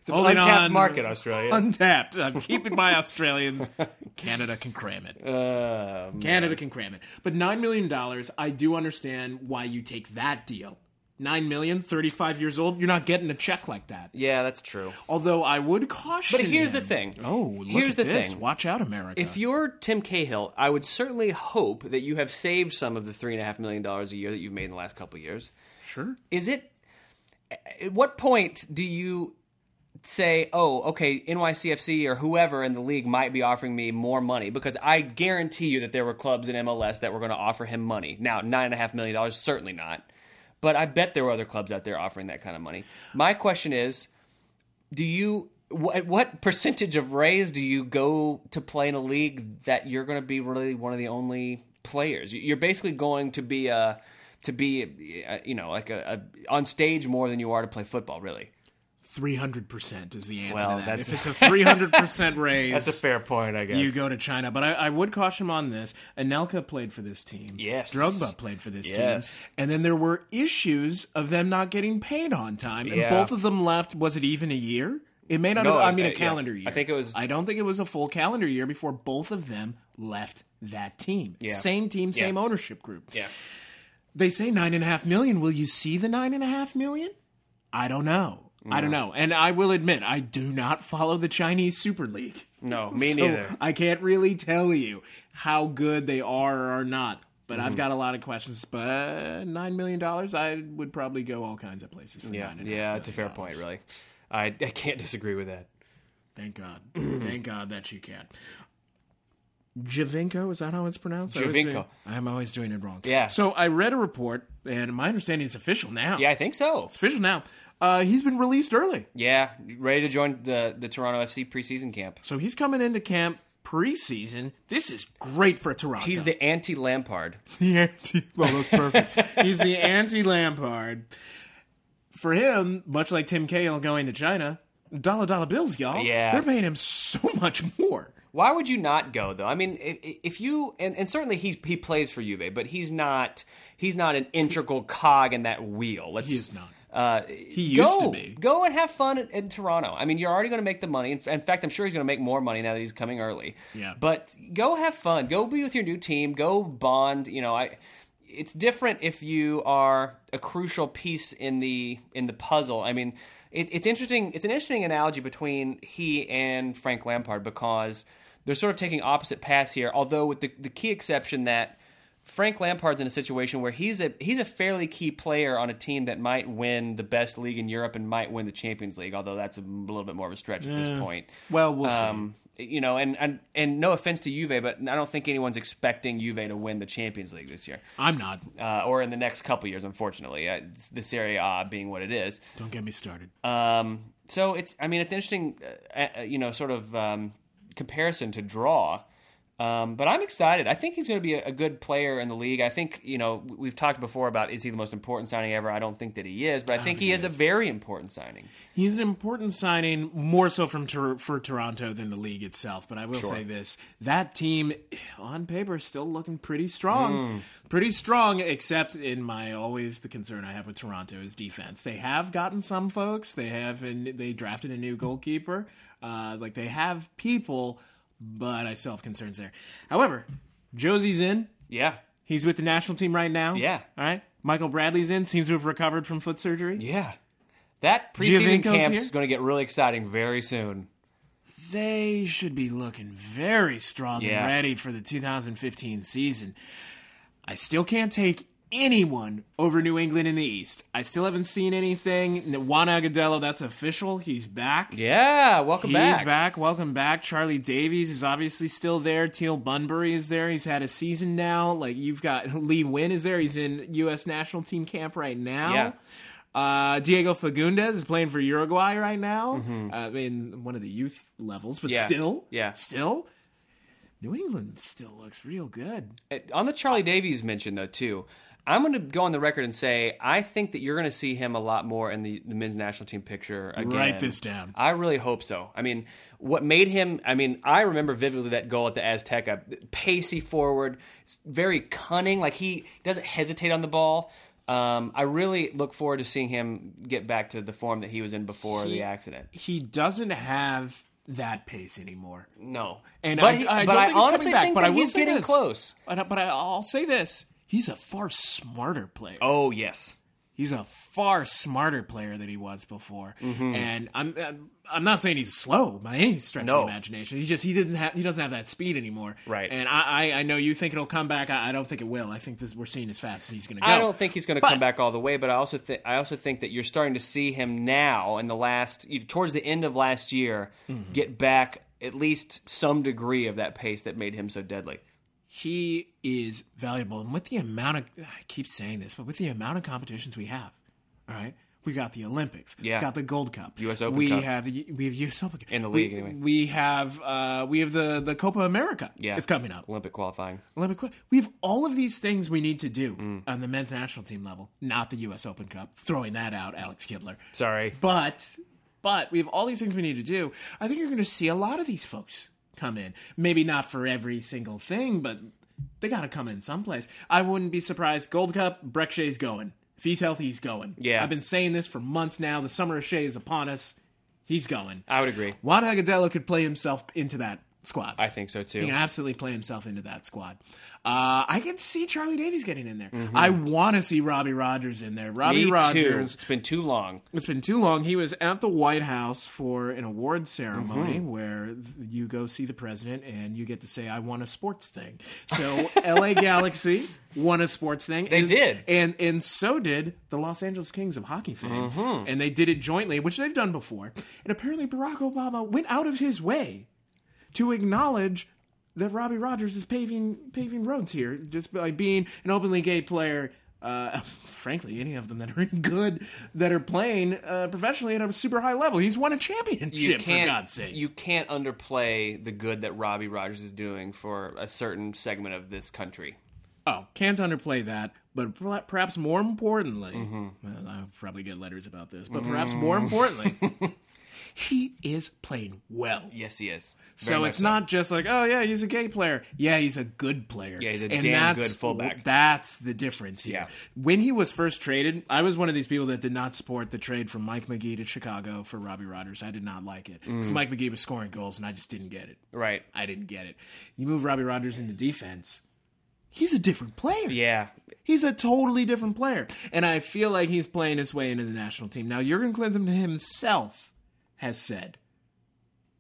Speaker 2: it's an
Speaker 1: Holding
Speaker 2: untapped
Speaker 1: on.
Speaker 2: market, Australia.
Speaker 1: Untapped. I'm keeping my Australians. Canada can cram it.
Speaker 2: Uh,
Speaker 1: Canada can cram it. But $9 million, I do understand why you take that deal. $9 million, 35 years old, you're not getting a check like that.
Speaker 2: yeah, that's true.
Speaker 1: Although I would caution.
Speaker 2: But here's
Speaker 1: them.
Speaker 2: the thing.
Speaker 1: Oh, look
Speaker 2: Here's
Speaker 1: at
Speaker 2: the
Speaker 1: this.
Speaker 2: thing.
Speaker 1: Watch out, America.
Speaker 2: If you're Tim Cahill, I would certainly hope that you have saved some of the three and a half million dollars a year that you've made in the last couple of years.
Speaker 1: sure.
Speaker 2: Is it? At what point do you say, "Oh, okay, NYCFC or whoever in the league might be offering me more money"? Because I guarantee you that there were clubs in MLS that were going to offer him money. Now, nine and a half million dollars, certainly not. But I bet there were other clubs out there offering that kind of money. My question is, do you wh- at what percentage of raise do you go to play in a league that you're going to be really one of the only players You- you're basically going to be a to be uh you know like a, a on stage more than you are to play football really
Speaker 1: 300% is the answer
Speaker 2: Well,
Speaker 1: to that.
Speaker 2: that's-
Speaker 1: If it's a 300% raise,
Speaker 2: fair point i guess
Speaker 1: you go to China. But I, I would caution him on this. Anelka played for this team.
Speaker 2: Yes.
Speaker 1: Drogba played for this
Speaker 2: Yes.
Speaker 1: team. And then there were issues of them not getting paid on time. And
Speaker 2: Yeah.
Speaker 1: both of them left, was it even a year? It may not
Speaker 2: No,
Speaker 1: have, I
Speaker 2: I-
Speaker 1: mean,
Speaker 2: I-
Speaker 1: a
Speaker 2: yeah.
Speaker 1: calendar
Speaker 2: I
Speaker 1: year.
Speaker 2: think it was-
Speaker 1: I don't think it was a full calendar year before both of them left that team. Same team, same ownership group.
Speaker 2: yeah
Speaker 1: They say nine and a half million. Will you see the nine and a half million? I don't know. I
Speaker 2: Mm.
Speaker 1: don't know. And I will admit, I do not follow the Chinese Super League.
Speaker 2: no me
Speaker 1: So
Speaker 2: neither
Speaker 1: I can't really tell you how good they are or are not. But
Speaker 2: Mm-hmm.
Speaker 1: I've got a lot of questions. But uh, nine million dollars, I would probably go all kinds of places for
Speaker 2: yeah
Speaker 1: nine. and a half
Speaker 2: yeah it's a
Speaker 1: million
Speaker 2: fair
Speaker 1: dollars.
Speaker 2: point really i i can't disagree with that
Speaker 1: Thank God. Thank God that you can. Javinko, is that how it's pronounced? I always
Speaker 2: Javinko.
Speaker 1: do- I'm always doing it wrong.
Speaker 2: Yeah.
Speaker 1: So I read a report, and my understanding is official now.
Speaker 2: yeah i think so
Speaker 1: It's official now. Uh, he's been released early.
Speaker 2: yeah ready to join the the toronto fc preseason camp
Speaker 1: So he's coming into camp preseason. This is great for Toronto.
Speaker 2: he's the anti lampard
Speaker 1: the anti. Well, that's perfect. He's the anti Lampard. For him, much like Tim Cahill going to China, dollar dollar bills, y'all.
Speaker 2: Yeah.
Speaker 1: they're paying him so much more.
Speaker 2: Why would you not go though? I mean, i- i- if you and, and certainly he he plays for Juve, but he's not he's not an integral cog in that wheel. Let's,
Speaker 1: He is not.
Speaker 2: Uh,
Speaker 1: He
Speaker 2: go,
Speaker 1: used to be.
Speaker 2: Go and have fun in, in Toronto. I mean, you're already going to make the money. In, in fact, I'm sure he's going to make more money now that he's coming early.
Speaker 1: Yeah.
Speaker 2: But go have fun. Go be with your new team. Go bond. You know, I. It's different if you are a crucial piece in the in the puzzle. I mean, it, it's interesting. It's an interesting analogy between he and Frank Lampard because they're sort of taking opposite paths here. Although with the the key exception that Frank Lampard's in a situation where he's a he's a fairly key player on a team that might win the best league in Europe and might win the Champions League, although that's a little bit more of a stretch at this point.
Speaker 1: Well, we'll
Speaker 2: Um, you know, and, and and no offense to Juve, but I don't think anyone's expecting Juve to win the Champions League this year
Speaker 1: see. I'm not.
Speaker 2: uh, or in the next couple years. Unfortunately, uh, it's this area A being what it is.
Speaker 1: Don't get me started.
Speaker 2: Um, so it's, I mean, it's interesting, uh, uh, you know, sort of um, comparison to draw. Um, but I'm excited. I think he's going to be a, a good player in the league. I think, you know, w- we've talked before about is he the most important signing ever? I don't think that he is, but I think he is a very important signing.
Speaker 1: He's an important signing, more so from Tor- for Toronto than the league itself. But I will say this: that team, on paper, is still looking pretty strong, pretty strong. Except in my always the concern I have with Toronto is defense. They have gotten some folks. They have and they drafted a new goalkeeper. Uh, like they have people, but I still have concerns there. However, Josie's in.
Speaker 2: Yeah.
Speaker 1: He's with the national team right now.
Speaker 2: Yeah.
Speaker 1: All right. Michael Bradley's in. Seems to have recovered from foot surgery.
Speaker 2: Yeah. That preseason
Speaker 1: Giovinco's
Speaker 2: camp
Speaker 1: here?
Speaker 2: is going to get really exciting very soon.
Speaker 1: they should be looking very strong
Speaker 2: Yeah.
Speaker 1: and ready for the 2015 season. I still can't take anyone over New England in the East. I still haven't seen anything. Juan Agudelo, that's official. He's back.
Speaker 2: Yeah. Welcome
Speaker 1: He's
Speaker 2: back.
Speaker 1: back. Welcome back. Charlie Davies is obviously still there. Teal Bunbury is there. He's had a season now. Like you've got Lee Wynn is there. He's in U.S. national team camp right now.
Speaker 2: Yeah.
Speaker 1: Uh, Diego Fagundes is playing for Uruguay right now. Uh, in one of the youth levels, but
Speaker 2: Mm-hmm. Yeah.
Speaker 1: still,
Speaker 2: Yeah.
Speaker 1: still, New England still looks real good.
Speaker 2: on the Charlie Davies mention though too. I'm going to go on the record and say I think that you're going to see him a lot more in the, the men's national team picture. Again.
Speaker 1: Write this down.
Speaker 2: I really hope so. I mean, what made him? I mean, I remember vividly that goal at the Azteca, pacey forward, very cunning. Like he doesn't hesitate on the ball. Um, I really look forward to seeing him get back to the form that he was in before the accident.
Speaker 1: He doesn't have that pace anymore.
Speaker 2: No,
Speaker 1: And
Speaker 2: but
Speaker 1: I,
Speaker 2: he-
Speaker 1: I
Speaker 2: but
Speaker 1: don't
Speaker 2: I
Speaker 1: think he's
Speaker 2: honestly
Speaker 1: coming back.
Speaker 2: think
Speaker 1: but
Speaker 2: that
Speaker 1: I will
Speaker 2: he's
Speaker 1: say
Speaker 2: getting
Speaker 1: this.
Speaker 2: close.
Speaker 1: But, I, but I, I'll say this: he's a far smarter player.
Speaker 2: Oh yes,
Speaker 1: He's a far smarter player than he was before.
Speaker 2: Mm-hmm.
Speaker 1: And I'm, I'm I'm not saying he's slow by any stretch
Speaker 2: No.
Speaker 1: of the imagination. He just he didn't have he doesn't have that speed anymore.
Speaker 2: Right.
Speaker 1: And I I, I know you think it'll come back. I, I don't think it will. I think this we're seeing as fast as he's going to go.
Speaker 2: I don't think he's going to come back all the way, but I also think I also think that you're starting to see him now in the last you- towards the end of last year
Speaker 1: Mm-hmm.
Speaker 2: get back at least some degree of that pace that made him so deadly.
Speaker 1: he is valuable. And with the amount of, I keep saying this, but with the amount of competitions we have, all right, we got the Olympics,
Speaker 2: Yeah.
Speaker 1: we got the Gold Cup,
Speaker 2: US Open
Speaker 1: we
Speaker 2: Cup.
Speaker 1: have the we have US Open Cup.
Speaker 2: In the
Speaker 1: We-
Speaker 2: league, anyway.
Speaker 1: We have uh, we have the the Copa America.
Speaker 2: Yeah.
Speaker 1: it's coming up.
Speaker 2: Olympic qualifying.
Speaker 1: Olympic. qual- We have all of these things we need to do
Speaker 2: Mm.
Speaker 1: on the men's national team level, not the U.S. Open Cup. Throwing that out, Alex Kibler.
Speaker 2: Sorry.
Speaker 1: But but we have all these things we need to do. I think you're going to see a lot of these folks come in. Maybe not for every single thing, but they got to come in someplace. I wouldn't be surprised. Gold Cup, Breck Shea's going. If he's healthy, he's going.
Speaker 2: Yeah.
Speaker 1: I've been saying this for months now. The summer of Shea is upon us. He's going.
Speaker 2: I would agree.
Speaker 1: Juan Agudelo could play himself into that squad.
Speaker 2: I think so too.
Speaker 1: He can absolutely play himself into that squad. Uh, I can see Charlie Davies getting in there. I want to see Robbie Rogers in there. Robbie
Speaker 2: Mm-hmm. Me too.
Speaker 1: Rogers
Speaker 2: It's been too long.
Speaker 1: it's been too long. He was at the White House for an award ceremony
Speaker 2: Mm-hmm.
Speaker 1: where th- you go see the president and you get to say, "I won a sports thing." So LA Galaxy won a sports thing. They
Speaker 2: did.
Speaker 1: and and so did the Los Angeles Kings of hockey fame,
Speaker 2: Mm-hmm.
Speaker 1: and they did it jointly, which they've done before. And apparently, Barack Obama went out of his way to acknowledge. That Robbie Rogers is paving paving roads here just by being an openly gay player uh, frankly, any of them that are good that are playing uh, professionally at a super high level. He's won a championship
Speaker 2: You
Speaker 1: for
Speaker 2: can't.
Speaker 1: God's sake.
Speaker 2: You can't underplay the good that Robbie Rogers is doing for a certain segment of this country.
Speaker 1: oh, can't underplay that. But per- perhaps more importantly, well, I'll probably get letters about this. But perhaps more importantly, he is playing well.
Speaker 2: Yes, he is. Very
Speaker 1: So
Speaker 2: much
Speaker 1: it's not just like, oh yeah, he's a gay player. Yeah, he's a good player. Yeah,
Speaker 2: he's a damn good fullback.
Speaker 1: That's the difference here.
Speaker 2: Yeah.
Speaker 1: When he was first traded, I was one of these people that did not support the trade from Mike McGee to Chicago for Robbie Rogers. I did not like it because
Speaker 2: Mm.
Speaker 1: Mike McGee was scoring goals, and I just didn't get it.
Speaker 2: right.
Speaker 1: I didn't get it. You move Robbie Rogers into defense, he's a different player.
Speaker 2: Yeah,
Speaker 1: He's a totally different player. And I feel like he's playing his way into the national team. Now, Jurgen Klinsmann himself has said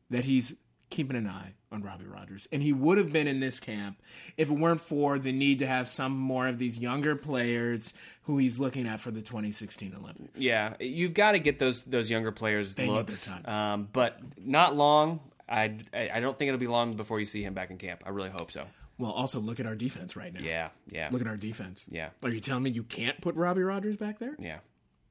Speaker 1: that he's keeping an eye on Robbie Rogers. And he would have been in this camp if it weren't for the need to have some more of these younger players who he's looking at for the 2016 Olympics.
Speaker 2: Yeah, you've got to get those those younger players
Speaker 1: need
Speaker 2: looks,
Speaker 1: their
Speaker 2: um, but not long. I, I I don't think it'll be long before you see him back in camp. I really hope so.
Speaker 1: Well, also look at our defense right now.
Speaker 2: Yeah, yeah,
Speaker 1: Look at our defense.
Speaker 2: Yeah.
Speaker 1: Are you telling me you can't put Robbie Rogers back there?
Speaker 2: yeah.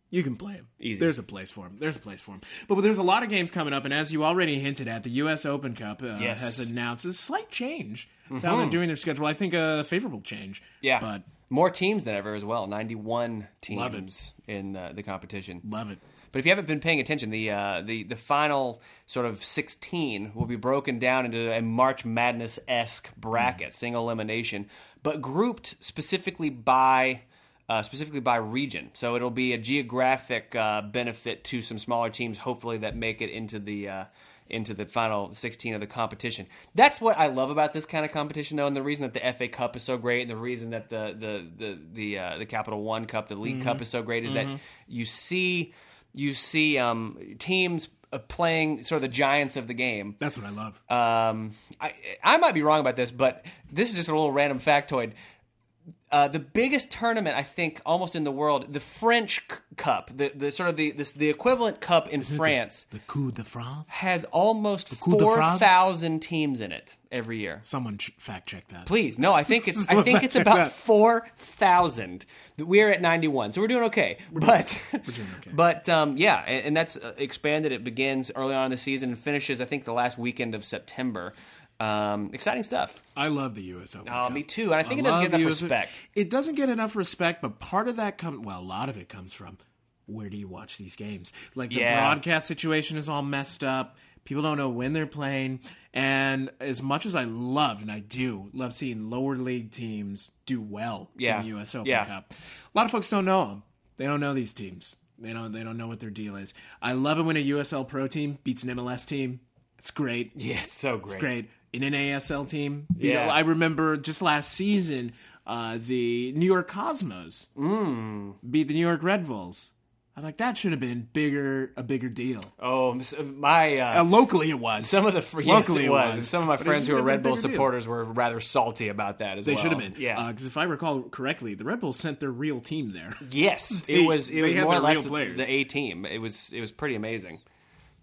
Speaker 1: You can play him.
Speaker 2: Easy.
Speaker 1: There's a place for him. There's a place for him. But there's a lot of games coming up, and as you already hinted at, the U.S. Open Cup uh,
Speaker 2: Yes. Mm-hmm.
Speaker 1: has announced a slight change to how they're doing their schedule. I think a favorable change.
Speaker 2: Yeah,
Speaker 1: But
Speaker 2: more teams than ever as well. Ninety-one
Speaker 1: Love it.
Speaker 2: teams in uh, the competition.
Speaker 1: love it.
Speaker 2: But if you haven't been paying attention, the uh, the the final sort of sixteen will be broken down into a March Madness esque bracket, single elimination, but grouped specifically by. Uh, specifically by region, so it'll be a geographic uh, benefit to some smaller teams, hopefully that make it into the uh, into the final 16 of the competition. That's what I love about this kind of competition, though, and the reason that the FA Cup is so great, and the reason that the the the the uh, the Capital One Cup, the League Cup is so great, is that you see you see um, teams uh, playing sort of the giants of the game.
Speaker 1: That's what I
Speaker 2: Uh,
Speaker 1: love.
Speaker 2: Um, I I might be wrong about this, but this is just a little random factoid. uh, the biggest tournament I think almost in the world, the French C- Cup, the, the sort of the this, the equivalent cup in France,
Speaker 1: The coup de France.
Speaker 2: has almost
Speaker 1: Coupe de
Speaker 2: four
Speaker 1: France?
Speaker 2: thousand teams in it every year.
Speaker 1: Someone ch- fact check that.
Speaker 2: Please, no, I think it's I think it's about four thousand. We're at ninety one, so we're doing okay. but but um, yeah, and, and that's uh, expanded. It begins early on in the season and finishes I think the last weekend of September. Um, exciting stuff.
Speaker 1: I love the US Open.
Speaker 2: Uh,
Speaker 1: Cup.
Speaker 2: me too, and I think it doesn't
Speaker 1: love
Speaker 2: get enough
Speaker 1: US
Speaker 2: respect.
Speaker 1: It doesn't get enough respect, but part of that comes well, a lot of it comes from where do you watch these games? Like the
Speaker 2: Yeah.
Speaker 1: broadcast situation is all messed up. People don't know when they're playing, and as much as I love and I do love seeing lower league teams do well
Speaker 2: Yeah.
Speaker 1: in the U.S. Open
Speaker 2: Yeah.
Speaker 1: Cup, a lot of folks don't know them. They don't know these teams. They don't. They don't know what their deal is. I love it when a USL Pro team beats an MLS team. It's great
Speaker 2: Yeah, it's so great.
Speaker 1: great in an ASL team. You
Speaker 2: Yeah.
Speaker 1: know, I remember just last season, uh, the New York Cosmos
Speaker 2: Mm.
Speaker 1: beat the New York Red Bulls. I'm like, that should have been bigger, a bigger deal.
Speaker 2: Oh, m- s- my uh,
Speaker 1: Uh, locally, it was.
Speaker 2: Some of the fr- yes,
Speaker 1: locally
Speaker 2: Oh, it was. And Some of my
Speaker 1: But it
Speaker 2: friends who
Speaker 1: should
Speaker 2: are
Speaker 1: have been
Speaker 2: Red
Speaker 1: a
Speaker 2: Bull
Speaker 1: bigger deal.
Speaker 2: supporters were rather salty about that as
Speaker 1: They
Speaker 2: well.
Speaker 1: should have been.
Speaker 2: Yeah.
Speaker 1: because if I recall correctly, the Red Bulls sent their real team there.
Speaker 2: yes. It
Speaker 1: they-
Speaker 2: was. It
Speaker 1: they
Speaker 2: was
Speaker 1: had
Speaker 2: more or
Speaker 1: their
Speaker 2: less
Speaker 1: real players.
Speaker 2: the A team. It was. It was pretty amazing.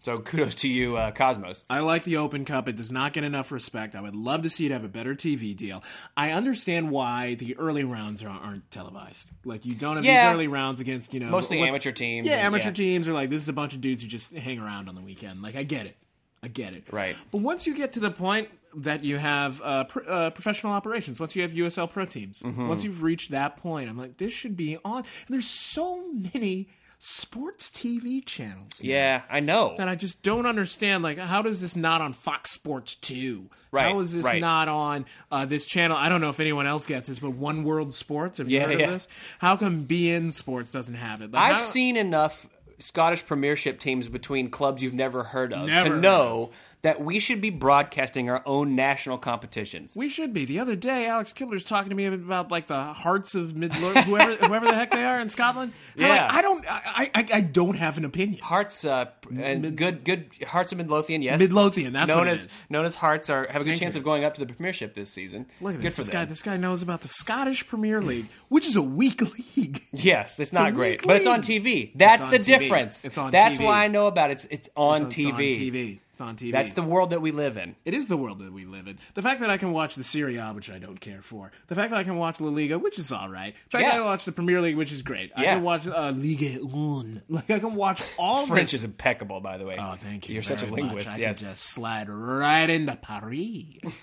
Speaker 2: So kudos to you, uh, Cosmos.
Speaker 1: I like the Open Cup. It does not get enough respect. I would love to see it have a better TV deal. I understand why the early rounds are, aren't televised. Like you don't have
Speaker 2: Yeah.
Speaker 1: these early rounds against you know
Speaker 2: Mostly
Speaker 1: what's-
Speaker 2: amateur teams
Speaker 1: Yeah,
Speaker 2: and-
Speaker 1: amateur
Speaker 2: yeah.
Speaker 1: teams are like this is a bunch of dudes who just hang around on the weekend. Like I get it, I get it.
Speaker 2: Right.
Speaker 1: But once you get to the point that you have uh, pr- uh, professional operations, once you have USL pro teams,
Speaker 2: Mm-hmm.
Speaker 1: once you've reached that point, I'm like this should be on. And there's so many sports TV channels. now
Speaker 2: Yeah, I know.
Speaker 1: that I just don't understand. Like, how does this not on Fox Sports Two?
Speaker 2: Right,
Speaker 1: How is this
Speaker 2: right.
Speaker 1: not on uh, this channel? I don't know if anyone else gets this, but One World Sports. Have you
Speaker 2: Yeah,
Speaker 1: heard
Speaker 2: yeah.
Speaker 1: of this? How come BN Sports doesn't have it? Like, I
Speaker 2: I've
Speaker 1: don't-
Speaker 2: seen enough Scottish Premiership teams between clubs you've never heard of
Speaker 1: Never
Speaker 2: to
Speaker 1: heard
Speaker 2: know that we should be broadcasting our own national competitions.
Speaker 1: We should be. The other day, Alex Kibler's talking to me about like the hearts of Midlothian, whoever, whoever the heck they are in Scotland. I'm like,
Speaker 2: Yeah.
Speaker 1: I don't. I, I I don't have an opinion.
Speaker 2: Hearts uh, and good good Hearts of Midlothian, yes.
Speaker 1: Midlothian. That's
Speaker 2: known
Speaker 1: what it
Speaker 2: as
Speaker 1: is.
Speaker 2: known as Hearts are have a good
Speaker 1: Thank
Speaker 2: chance
Speaker 1: you.
Speaker 2: of going up to the Premiership this season.
Speaker 1: Look at
Speaker 2: good
Speaker 1: this.
Speaker 2: for
Speaker 1: This guy,
Speaker 2: them.
Speaker 1: this guy knows about the Scottish Premier League, which is a weak league.
Speaker 2: Yes, it's, not
Speaker 1: a
Speaker 2: great,
Speaker 1: weak
Speaker 2: but it's on
Speaker 1: league.
Speaker 2: TV. That's
Speaker 1: on
Speaker 2: the
Speaker 1: TV.
Speaker 2: difference.
Speaker 1: It's on
Speaker 2: That's
Speaker 1: TV.
Speaker 2: why I know about it. It's it's on,
Speaker 1: It's
Speaker 2: TV.
Speaker 1: on TV. It's on TV.
Speaker 2: That's the world that we live in.
Speaker 1: It is the world that we live in. The fact that I can watch the Serie A, which I don't care for. The fact that I can watch La Liga, which is all right. The fact
Speaker 2: Yeah.
Speaker 1: that I can watch the Premier League, which is great. I
Speaker 2: Yeah.
Speaker 1: can watch uh, Liga One. Like I can watch all
Speaker 2: French
Speaker 1: this.
Speaker 2: is impeccable, by the way.
Speaker 1: Oh, thank you.
Speaker 2: You're such a
Speaker 1: very much.
Speaker 2: linguist.
Speaker 1: I
Speaker 2: Yes.
Speaker 1: can just slide right into Paris.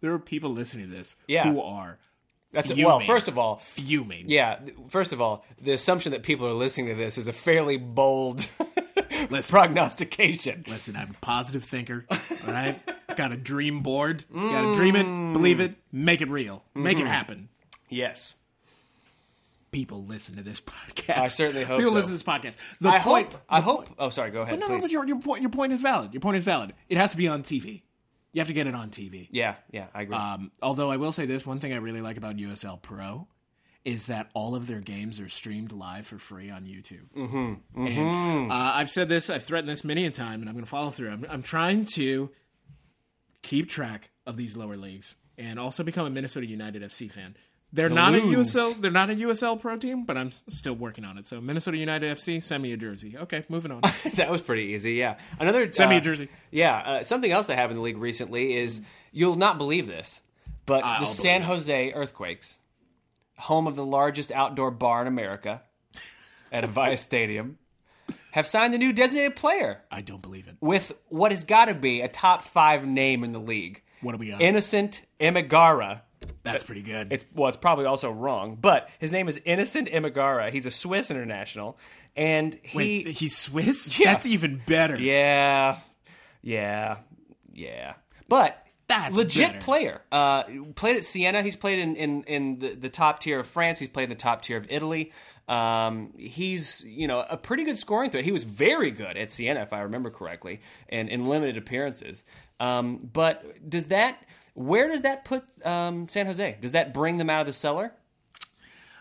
Speaker 1: there are people listening to this
Speaker 2: Yeah.
Speaker 1: who are
Speaker 2: That's
Speaker 1: fuming.
Speaker 2: well. First of all,
Speaker 1: fuming.
Speaker 2: yeah. th- First of all, the assumption that people are listening to this is a fairly bold
Speaker 1: Listen.
Speaker 2: prognostication.
Speaker 1: Listen, I'm a positive thinker. All right, got a dream board. Got to dream
Speaker 2: Mm.
Speaker 1: it, believe it, make it real, make
Speaker 2: Mm-hmm.
Speaker 1: it happen.
Speaker 2: Yes.
Speaker 1: people listen to this podcast.
Speaker 2: I certainly hope
Speaker 1: people
Speaker 2: so.
Speaker 1: listen to this podcast. The
Speaker 2: I
Speaker 1: point,
Speaker 2: hope. I hope. Oh, sorry. Go ahead.
Speaker 1: No,
Speaker 2: please.
Speaker 1: no, but your, your point, your point is valid. Your point is valid. It has to be on TV. You have to get it on TV.
Speaker 2: yeah. Yeah. I agree.
Speaker 1: Um, although I will say this, one thing I really like about USL Pro is that all of their games are streamed live for free on YouTube. Mm-hmm.
Speaker 2: mm-hmm.
Speaker 1: And, uh, I've said this, I've threatened this many a time, and I'm going to follow through. I'm, I'm trying to keep track of these lower leagues and also become a Minnesota United FC fan. They're not
Speaker 2: Loons.
Speaker 1: a USL. They're not a USL pro team, but I'm s- still working on it. So Minnesota United FC, send me a jersey. Okay, moving on.
Speaker 2: that was pretty easy. Yeah. Another.
Speaker 1: Send me a
Speaker 2: uh,
Speaker 1: jersey.
Speaker 2: Yeah, uh, something else that happened in the league recently is you'll not believe this, but the
Speaker 1: believe
Speaker 2: San Jose Earthquakes, home of the largest outdoor bar in America, at Avaya Stadium, have signed a new designated player
Speaker 1: I don't believe it.
Speaker 2: with what has got to be a top five name in the league,
Speaker 1: What do we got?
Speaker 2: Innocent Imagara.
Speaker 1: That's pretty good.
Speaker 2: It's well, it's probably also wrong, but his name is Innocent Imagara. He's a Swiss international, and he
Speaker 1: Wait, he's Swiss.
Speaker 2: Yeah.
Speaker 1: That's even better.
Speaker 2: Yeah, yeah, yeah. But
Speaker 1: That's
Speaker 2: legit
Speaker 1: better.
Speaker 2: player. Uh, played at Siena. He's played in in, in the, the top tier of France. He's played in the top tier of Italy. Um, he's you know a pretty good scoring threat. He was very good at Siena, if I remember correctly, and in limited appearances. Um, but does that where does that put um, San Jose? Does that bring them out of the cellar?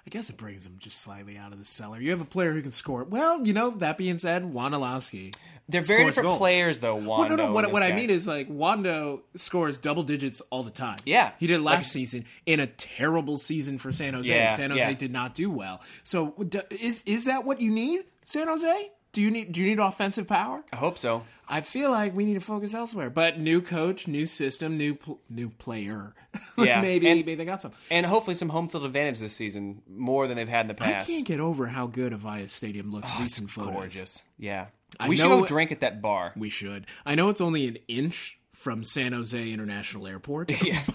Speaker 1: I guess it brings him just slightly out of the cellar. You have a player who can score. Well, you know, that being said, Wondolowski.
Speaker 2: They're very
Speaker 1: scores
Speaker 2: different
Speaker 1: goals.
Speaker 2: players, though. Wando
Speaker 1: Well, no, no. What,
Speaker 2: and
Speaker 1: what
Speaker 2: this
Speaker 1: I
Speaker 2: guy.
Speaker 1: mean is like Wando scores double digits all the time.
Speaker 2: Yeah.
Speaker 1: he did last
Speaker 2: Like-
Speaker 1: season in a terrible season for San Jose.
Speaker 2: Yeah,
Speaker 1: San Jose
Speaker 2: yeah.
Speaker 1: did not do well. So d- is is that what you need, San Jose? Do you need do you need offensive power?
Speaker 2: I hope so.
Speaker 1: I feel like we need to focus elsewhere. But new coach, new system, new pl- new player.
Speaker 2: Yeah,
Speaker 1: maybe
Speaker 2: and-
Speaker 1: maybe they got some.
Speaker 2: And hopefully some home field advantage this season, more than they've had in the
Speaker 1: I
Speaker 2: past.
Speaker 1: can't get over how good Avaya Stadium looks. recent photos.
Speaker 2: Oh, Gorgeous. Yeah.
Speaker 1: I
Speaker 2: we should
Speaker 1: know-
Speaker 2: go drink at that bar.
Speaker 1: We should. I know it's only an inch from San Jose International Airport.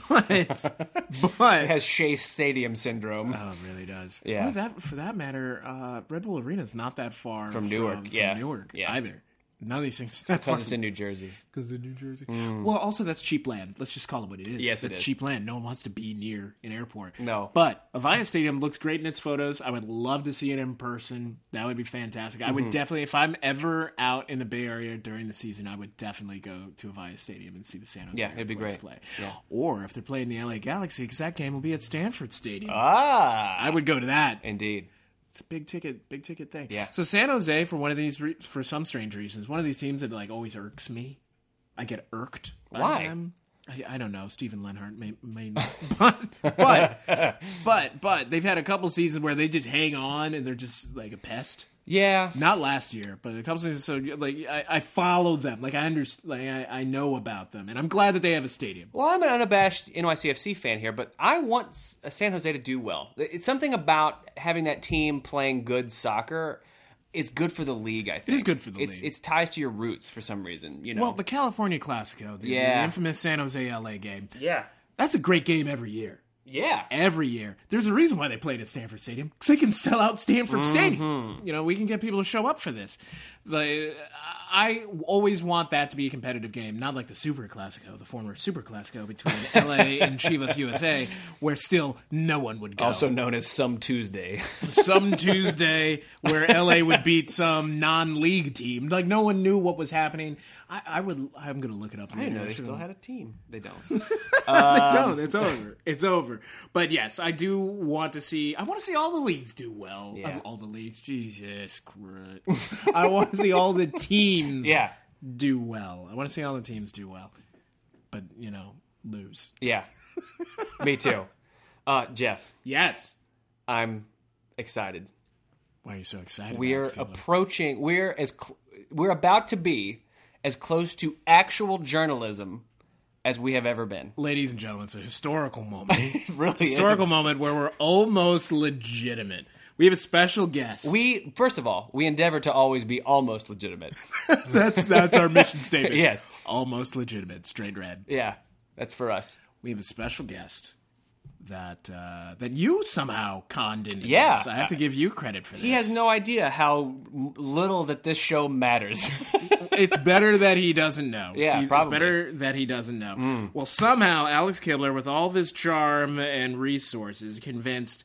Speaker 1: but but
Speaker 2: It has Shea Stadium syndrome.
Speaker 1: Oh, it really does.
Speaker 2: Yeah.
Speaker 1: Or that for that matter, uh, Red Bull Arena's not that far from
Speaker 2: Newark,
Speaker 1: From,
Speaker 2: yeah.
Speaker 1: Newark,
Speaker 2: Yeah.
Speaker 1: either. None of these things are that far
Speaker 2: Because it's in New Jersey.
Speaker 1: because of New Jersey. Well, also that's cheap land. Let's just call it what it is.
Speaker 2: Mm. Yes, it
Speaker 1: it's
Speaker 2: is.
Speaker 1: cheap land. No one wants to be near an airport.
Speaker 2: No.
Speaker 1: but Avaya Stadium looks great in its photos. I would love to see it in person. That would be fantastic. I
Speaker 2: Mm-hmm.
Speaker 1: would definitely, if I'm ever out in the Bay Area during the season, I would definitely go to Avaya Stadium and see the San Jose.
Speaker 2: Yeah, it'd be
Speaker 1: Earthquakes
Speaker 2: great.
Speaker 1: play. Or if they're playing the LA Galaxy, because that game will be at Stanford Stadium.
Speaker 2: Ah.
Speaker 1: I would go to that.
Speaker 2: Indeed.
Speaker 1: It's a big ticket, big ticket thing.
Speaker 2: Yeah.
Speaker 1: So San Jose, for one of these, re- for some strange reasons, one of these teams that like always irks me. I get irked. By
Speaker 2: Why?
Speaker 1: Them. I, I don't know. Stephen Lenhart may, may not. but, but, but, but they've had a couple seasons where they just hang on and they're just like a pest.
Speaker 2: Yeah.
Speaker 1: Not last year, but a couple seasons. So like, I, I follow them. Like I understand. Like I, I know about them, and I'm glad that they have a stadium.
Speaker 2: Well, I'm an unabashed NYCFC fan here, but I want S- uh, San Jose to do well. It's something about having that team playing good soccer is good for the league. I think it
Speaker 1: is good for the
Speaker 2: it's,
Speaker 1: league.
Speaker 2: It's ties to your roots for some reason. You know.
Speaker 1: Well, the California Classico, the,
Speaker 2: Yeah.
Speaker 1: the infamous San Jose LA game.
Speaker 2: yeah.
Speaker 1: That's a great game every year.
Speaker 2: Yeah.
Speaker 1: every year. There's a reason why they played at Stanford Stadium because they can sell out Stanford
Speaker 2: Mm-hmm.
Speaker 1: Stadium. You know, we can get people to show up for this. The, I always want that to be a competitive game, not like the Super Classico, the former Super Classico between LA and Chivas USA, where still no one would go.
Speaker 2: Also known as Some Tuesday.
Speaker 1: some Tuesday where LA would beat some non-league team. Like no one knew what was happening. I, I would. I'm gonna look it up.
Speaker 2: I
Speaker 1: later.
Speaker 2: didn't know
Speaker 1: I
Speaker 2: they
Speaker 1: should've
Speaker 2: still had a team. They don't. Um,
Speaker 1: they don't. It's over. It's over. But yes, I do want to see. I want to see all the leagues do well.
Speaker 2: Yeah.
Speaker 1: Of all the leagues, Jesus Christ! I want to see all the teams.
Speaker 2: Yeah.
Speaker 1: do well. I want to see all the teams do well, but you know, lose.
Speaker 2: yeah. Me too. Uh, Jeff,
Speaker 1: Yes.
Speaker 2: I'm excited.
Speaker 1: Why are you so excited?
Speaker 2: We're
Speaker 1: about this, Caleb?
Speaker 2: approaching. We're as cl- we're about to be as close to actual journalism as we have ever been.
Speaker 1: ladies and gentlemen, it's a historical moment.
Speaker 2: Really, is.
Speaker 1: historical moment where we're almost legitimate. We have a special guest.
Speaker 2: We first of all, we endeavor to always be almost legitimate.
Speaker 1: that's that's our mission statement.
Speaker 2: Yes.
Speaker 1: almost legitimate. Straight red.
Speaker 2: Yeah, that's for us.
Speaker 1: we have a special guest that uh, that you somehow conned into
Speaker 2: Yeah.
Speaker 1: this. I have to give you credit for this.
Speaker 2: He has no idea how little that this show matters.
Speaker 1: it's better that he doesn't know.
Speaker 2: Yeah,
Speaker 1: He-
Speaker 2: probably. Mm.
Speaker 1: It's better that he doesn't know. Well, somehow Alex Kibler, with all of his charm and resources, convinced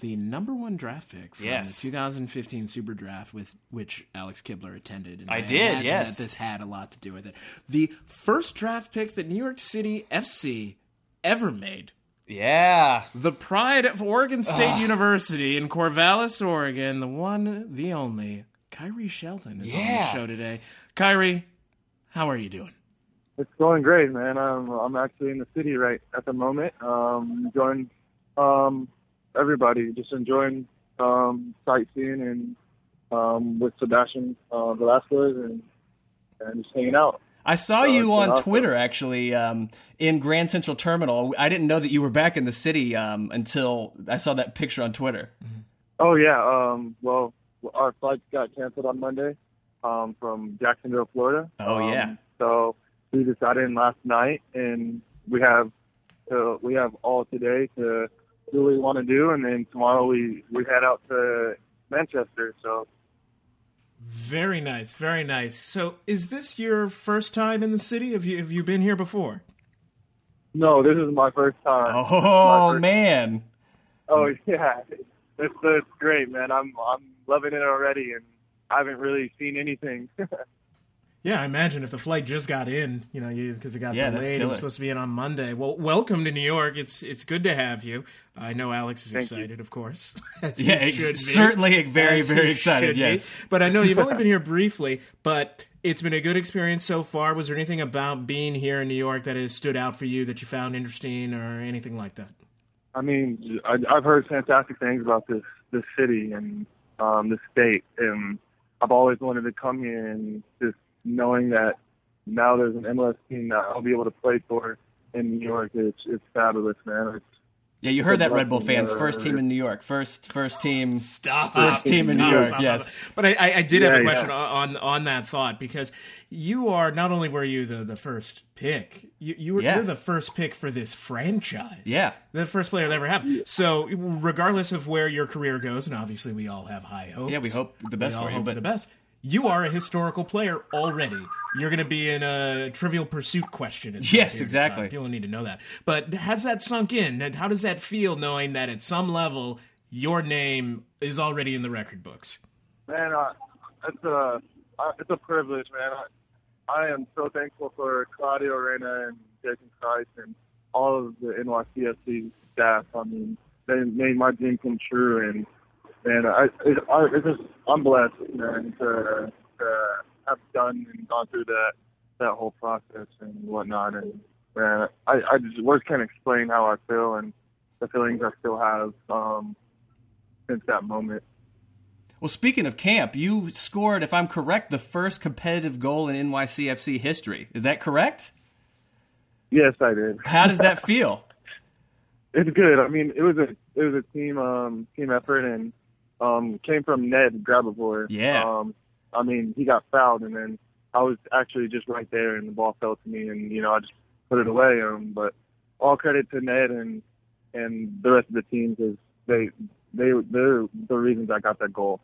Speaker 1: the number one draft pick from
Speaker 2: Yes.
Speaker 1: the 2015 Super Draft, with which Alex Kibler attended. And
Speaker 2: I did,
Speaker 1: imagine
Speaker 2: yes.
Speaker 1: that this had a lot to do with it. The first draft pick that New York City FC ever made.
Speaker 2: yeah,
Speaker 1: The pride of Oregon State University in Corvallis, Oregon, the one, the only, Kyrie Shelton is on the
Speaker 2: Yeah.
Speaker 1: show today. Kyrie, how are you doing?
Speaker 3: It's going great, man. I'm I'm actually in the city right at the moment. Um, enjoying um, everybody, just enjoying um, sightseeing and um, with Sebastian uh, Velasquez and and just hanging out.
Speaker 2: I
Speaker 1: Oh,
Speaker 2: saw you
Speaker 3: it's
Speaker 2: on
Speaker 3: awesome.
Speaker 2: Twitter actually um, in Grand Central Terminal. I didn't know that you were back in the city um, until I saw that picture on Twitter.
Speaker 3: Oh yeah. Um, well, our flights got canceled on Monday um, from Jacksonville, Florida.
Speaker 2: Oh,
Speaker 3: Um,
Speaker 2: yeah.
Speaker 3: So we just got in last night, and we have uh, we have all today to do what we want to do, and then tomorrow we we head out to Manchester. So
Speaker 1: Very nice, very nice. So, is this your first time in the city? Have you have you been here before?
Speaker 3: no, this is my first time.
Speaker 2: Oh
Speaker 3: My first-
Speaker 2: man,
Speaker 3: Oh yeah, it's, it's great, man. I'm I'm loving it already, and I haven't really seen anything.
Speaker 1: Yeah, I imagine if the flight just got in, you know, because it got
Speaker 4: Yeah, that's
Speaker 1: delayed, it
Speaker 4: killer.
Speaker 1: was supposed to be in on Monday. Well, welcome to New York. It's it's good to have you. I know Alex is
Speaker 3: you.
Speaker 1: excited, of course. as
Speaker 5: Yeah,
Speaker 1: he
Speaker 5: ex-
Speaker 1: should be.
Speaker 5: certainly very,
Speaker 1: As
Speaker 5: very
Speaker 1: he
Speaker 5: excited,
Speaker 1: should be.
Speaker 5: yes.
Speaker 1: but I know you've only been here briefly, but it's been a good experience so far. Was there anything about being here in New York that has stood out for you that you found interesting or anything like that?
Speaker 3: I mean, I, I've heard fantastic things about this this city and um, this state, and I've always wanted to come here. And just knowing that now there's an MLS team that I'll be able to play for in New York, it's it's fabulous, man. It's,
Speaker 5: Yeah, you heard that
Speaker 3: Good
Speaker 5: Red Bull
Speaker 3: luck,
Speaker 5: fans.
Speaker 3: uh,
Speaker 5: First team in New York. First first team.
Speaker 1: Stop.
Speaker 5: First team in New York, yes.
Speaker 1: But I, I, I did have
Speaker 3: Yeah,
Speaker 1: a
Speaker 3: yeah.
Speaker 1: question on on that thought because you are not only were you the, the first pick, you you were
Speaker 5: Yeah.
Speaker 1: you're the first pick for this franchise.
Speaker 5: Yeah.
Speaker 1: the first player they ever have. So regardless of where your career goes, and obviously we all have high hopes.
Speaker 5: Yeah, we hope the best
Speaker 1: we all
Speaker 5: for you,
Speaker 1: hope
Speaker 5: but-
Speaker 1: the best. You are a historical player already. You're going to be in a Trivial Pursuit question. At some
Speaker 5: Yes,
Speaker 1: period of time.
Speaker 5: exactly.
Speaker 1: People need to know that. But has that sunk in? That- How does that feel knowing that at some level your name is already in the record books?
Speaker 3: man, I, it's a I, it's a privilege, man. I, I am so thankful for Claudio Reyna and Jason Christ and all of the NYCFC staff. I mean, they made my dream come true, and and I, it, I it's just I'm blessed, man, to, to have done and gone through that that whole process and whatnot. And man, I I just words can't explain how I feel and the feelings I still have um, since that moment.
Speaker 5: Well, speaking of camp, you scored, if I'm correct, the first competitive goal in NYCFC history. Is that correct?
Speaker 3: Yes, I did.
Speaker 5: How does that feel?
Speaker 3: It's good. I mean, it was a it was a team um team effort and um came from Ned Grabavoy.
Speaker 5: Yeah.
Speaker 3: Um, I mean, he got fouled and then I was actually just right there and the ball fell to me and you know I just put it away. Um, but all credit to Ned and and the rest of the team because they they they're the reasons I got that goal.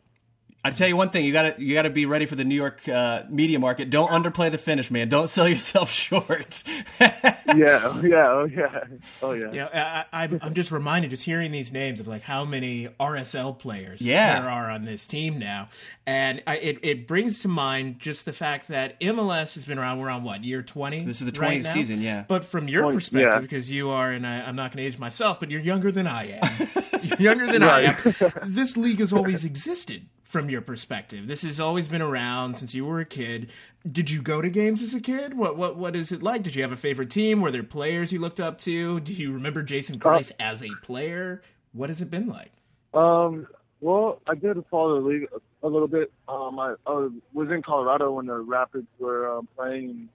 Speaker 5: I tell you one thing, you got to you got to be ready for the New York uh, media market. Don't underplay the finish, man. Don't sell yourself short.
Speaker 3: yeah. Yeah. Oh yeah. Oh
Speaker 5: Uh,
Speaker 3: yeah.
Speaker 1: Yeah, I, I, I'm, I'm just reminded just hearing these names of like how many RSL players
Speaker 5: Yeah.
Speaker 1: there are on this team now, and I, it it brings to mind just the fact that MLS has been around. We're on what year 20?
Speaker 5: This is the
Speaker 1: right
Speaker 5: 20th
Speaker 1: now?
Speaker 5: season, yeah.
Speaker 1: But from your
Speaker 3: Twenty-
Speaker 1: perspective,
Speaker 3: yeah.
Speaker 1: because you are, and I, I'm not going to age myself, but you're younger than I am. You're younger than I am. This league has always existed. From your perspective, this has always been around since you were a kid. Did you go to games as a kid? What what what is it like? Did you have a favorite team? Were there players you looked up to? Do you remember Jason
Speaker 3: Uh,
Speaker 1: Christ as a player? What has it been like?
Speaker 3: Um, well, I did follow the league a little bit. Um, I, I was in Colorado when the Rapids were um, playing.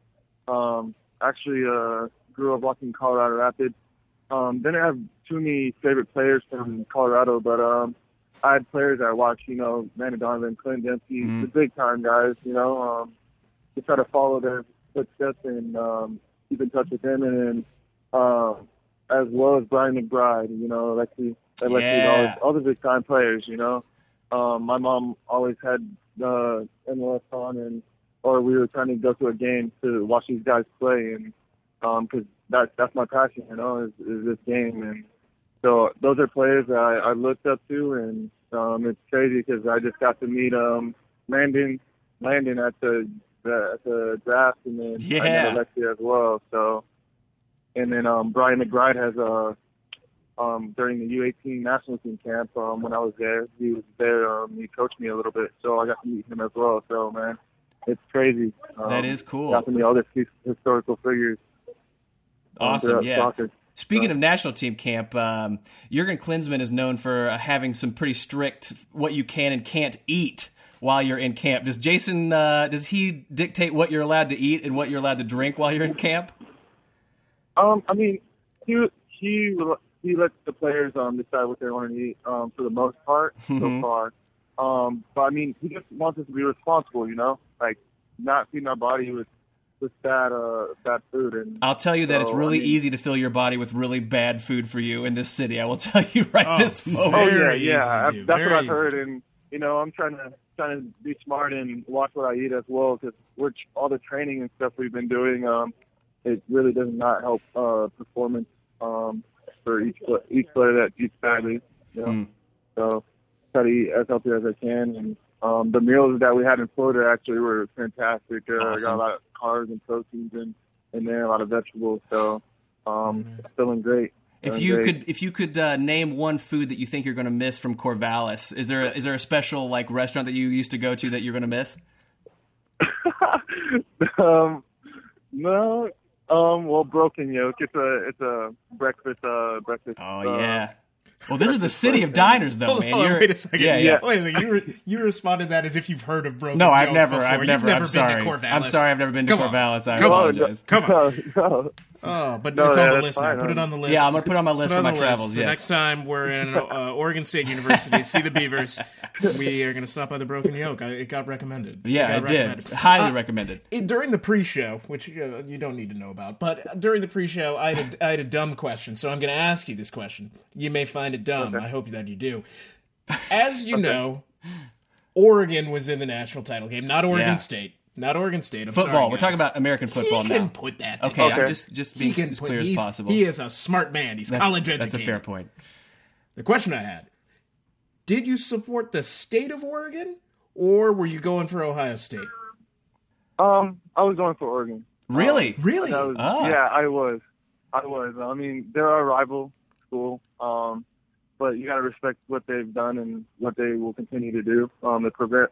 Speaker 3: Um, actually, uh, grew up watching Colorado Rapids. Um, didn't have too many favorite players from Colorado, but um, I had players I watched. You know, Manny Donovan, Clint Dempsey, the big time guys. You know, um, to try to follow their footsteps and um, keep in touch with them, and then um, as well as Brian McBride. You know, Lexi, Lexi,
Speaker 5: Yeah.
Speaker 3: all, all the big time players. You know, um, my mom always had uh, the MLS on, and or we were trying to go to a game to watch these guys play, and because that that's my passion. You know, is, is this game, and so those are players that I, I looked up to, and um, it's crazy because I just got to meet um, Landon Landon at the at the draft, and then I
Speaker 5: Yeah.
Speaker 3: met Alexia as well. So, and then um, Brian McBride has uh um, during the U18 national team camp um, when I was there, he was there. Um, he coached me a little bit, so I got to meet him as well. So man, it's crazy. Um,
Speaker 5: That is cool.
Speaker 3: Got to meet all these his- historical figures. um,
Speaker 5: awesome,
Speaker 3: throughout
Speaker 5: yeah.
Speaker 3: soccer.
Speaker 5: Speaking of national team camp, um, Jurgen Klinsmann is known for uh, having some pretty strict what you can and can't eat while you're in camp. Does Jason uh, does he dictate what you're allowed to eat and what you're allowed to drink while you're in camp?
Speaker 3: Um, I mean, he he he lets the players um decide what they want to eat um for the most part so far. Um, but I mean, he just wants us to be responsible, you know, like not feeding our body with with bad uh bad food and
Speaker 5: I'll tell you that it's
Speaker 3: Oh, I
Speaker 5: really
Speaker 3: mean-
Speaker 5: easy to fill your body with really bad food for you in this city. I will tell you right this moment.
Speaker 3: Oh yeah,
Speaker 1: Very easy to
Speaker 3: yeah. I-
Speaker 1: do,
Speaker 3: That's
Speaker 1: very
Speaker 3: what I've
Speaker 1: easy.
Speaker 3: heard, and you know, I'm trying to trying to be smart and watch what I eat as well, because we're all the training and stuff we've been doing, um, it really does not help uh, performance um, for each pla-
Speaker 1: Hmm.
Speaker 3: each player that eats badly. You know? So try to eat as healthy as I can, and Um, the meals that we had in Florida actually were fantastic. Uh, I got
Speaker 2: Awesome.
Speaker 3: a lot of carbs and proteins in, in there, a lot of vegetables. So
Speaker 1: Mm-hmm.
Speaker 3: um, feeling great.
Speaker 2: If
Speaker 3: Feeling
Speaker 2: you
Speaker 3: great.
Speaker 2: could, if you could uh, name one food that you think you're going to miss from Corvallis, is there is there a special like restaurant that you used to go to that you're going to miss?
Speaker 3: um, no, um, well, broken yolk. It's a it's a breakfast uh, breakfast.
Speaker 2: Oh
Speaker 3: uh,
Speaker 2: yeah. Well, this is the city of diners, though, Oh, man.
Speaker 1: Hold on,
Speaker 2: You're-
Speaker 1: wait a second.
Speaker 2: Yeah, yeah.
Speaker 1: Wait a second. You, re- you responded that as if you've heard of Broken
Speaker 2: No, I've
Speaker 1: Yolk
Speaker 2: never,
Speaker 1: before.
Speaker 2: I've
Speaker 1: You've
Speaker 2: never. I'm
Speaker 1: been to
Speaker 2: sorry.
Speaker 1: Corvallis.
Speaker 2: I'm sorry. I've never been to
Speaker 1: Come on.
Speaker 2: Corvallis. I
Speaker 1: Come on.
Speaker 2: apologize.
Speaker 1: Come on.
Speaker 3: No, no.
Speaker 1: Oh, but
Speaker 3: No,
Speaker 1: it's
Speaker 3: yeah,
Speaker 1: on the
Speaker 3: that's
Speaker 1: list
Speaker 3: fine.
Speaker 1: now. Put it on the list.
Speaker 2: Yeah, I'm gonna put it on my
Speaker 1: Put it
Speaker 2: list for
Speaker 1: on
Speaker 2: my
Speaker 1: the
Speaker 2: travels,
Speaker 1: list. The
Speaker 2: yes.
Speaker 1: next time we're in uh, Oregon State University, see the Beavers. We are going to stop by the Broken Yoke. I, it got recommended.
Speaker 2: Yeah, it
Speaker 1: got
Speaker 2: did.
Speaker 1: recommended.
Speaker 2: Highly recommended.
Speaker 1: It- during the pre-show, which uh, you don't need to know about, but during the pre-show, I had a, I had a dumb question, so I'm going to ask you this question. You may find it dumb. I hope that you do. As you know, Oregon was in the national title game, not Oregon
Speaker 2: Yeah.
Speaker 1: State, not Oregon State. I'm
Speaker 2: Football.
Speaker 1: Sorry,
Speaker 2: We're
Speaker 1: guys.
Speaker 2: talking about American football
Speaker 1: He
Speaker 2: now.
Speaker 1: can put that.
Speaker 2: okay,
Speaker 1: together.
Speaker 2: I'm just just
Speaker 1: He
Speaker 2: being
Speaker 1: can
Speaker 2: as
Speaker 1: put-
Speaker 2: clear as
Speaker 1: he's-
Speaker 2: possible.
Speaker 1: He is a smart man. He's
Speaker 2: That's-
Speaker 1: college educated.
Speaker 2: That's a fair point.
Speaker 1: The question I had: Did you support the state of Oregon, or were you going for Ohio State?
Speaker 3: Um, I was going for Oregon.
Speaker 2: Really?
Speaker 1: Really?
Speaker 3: That was,
Speaker 2: Ah.
Speaker 3: Yeah, I was. I was. I mean, they're our rival school, um, but you got to respect what they've done and what they will continue to do. Um, the program,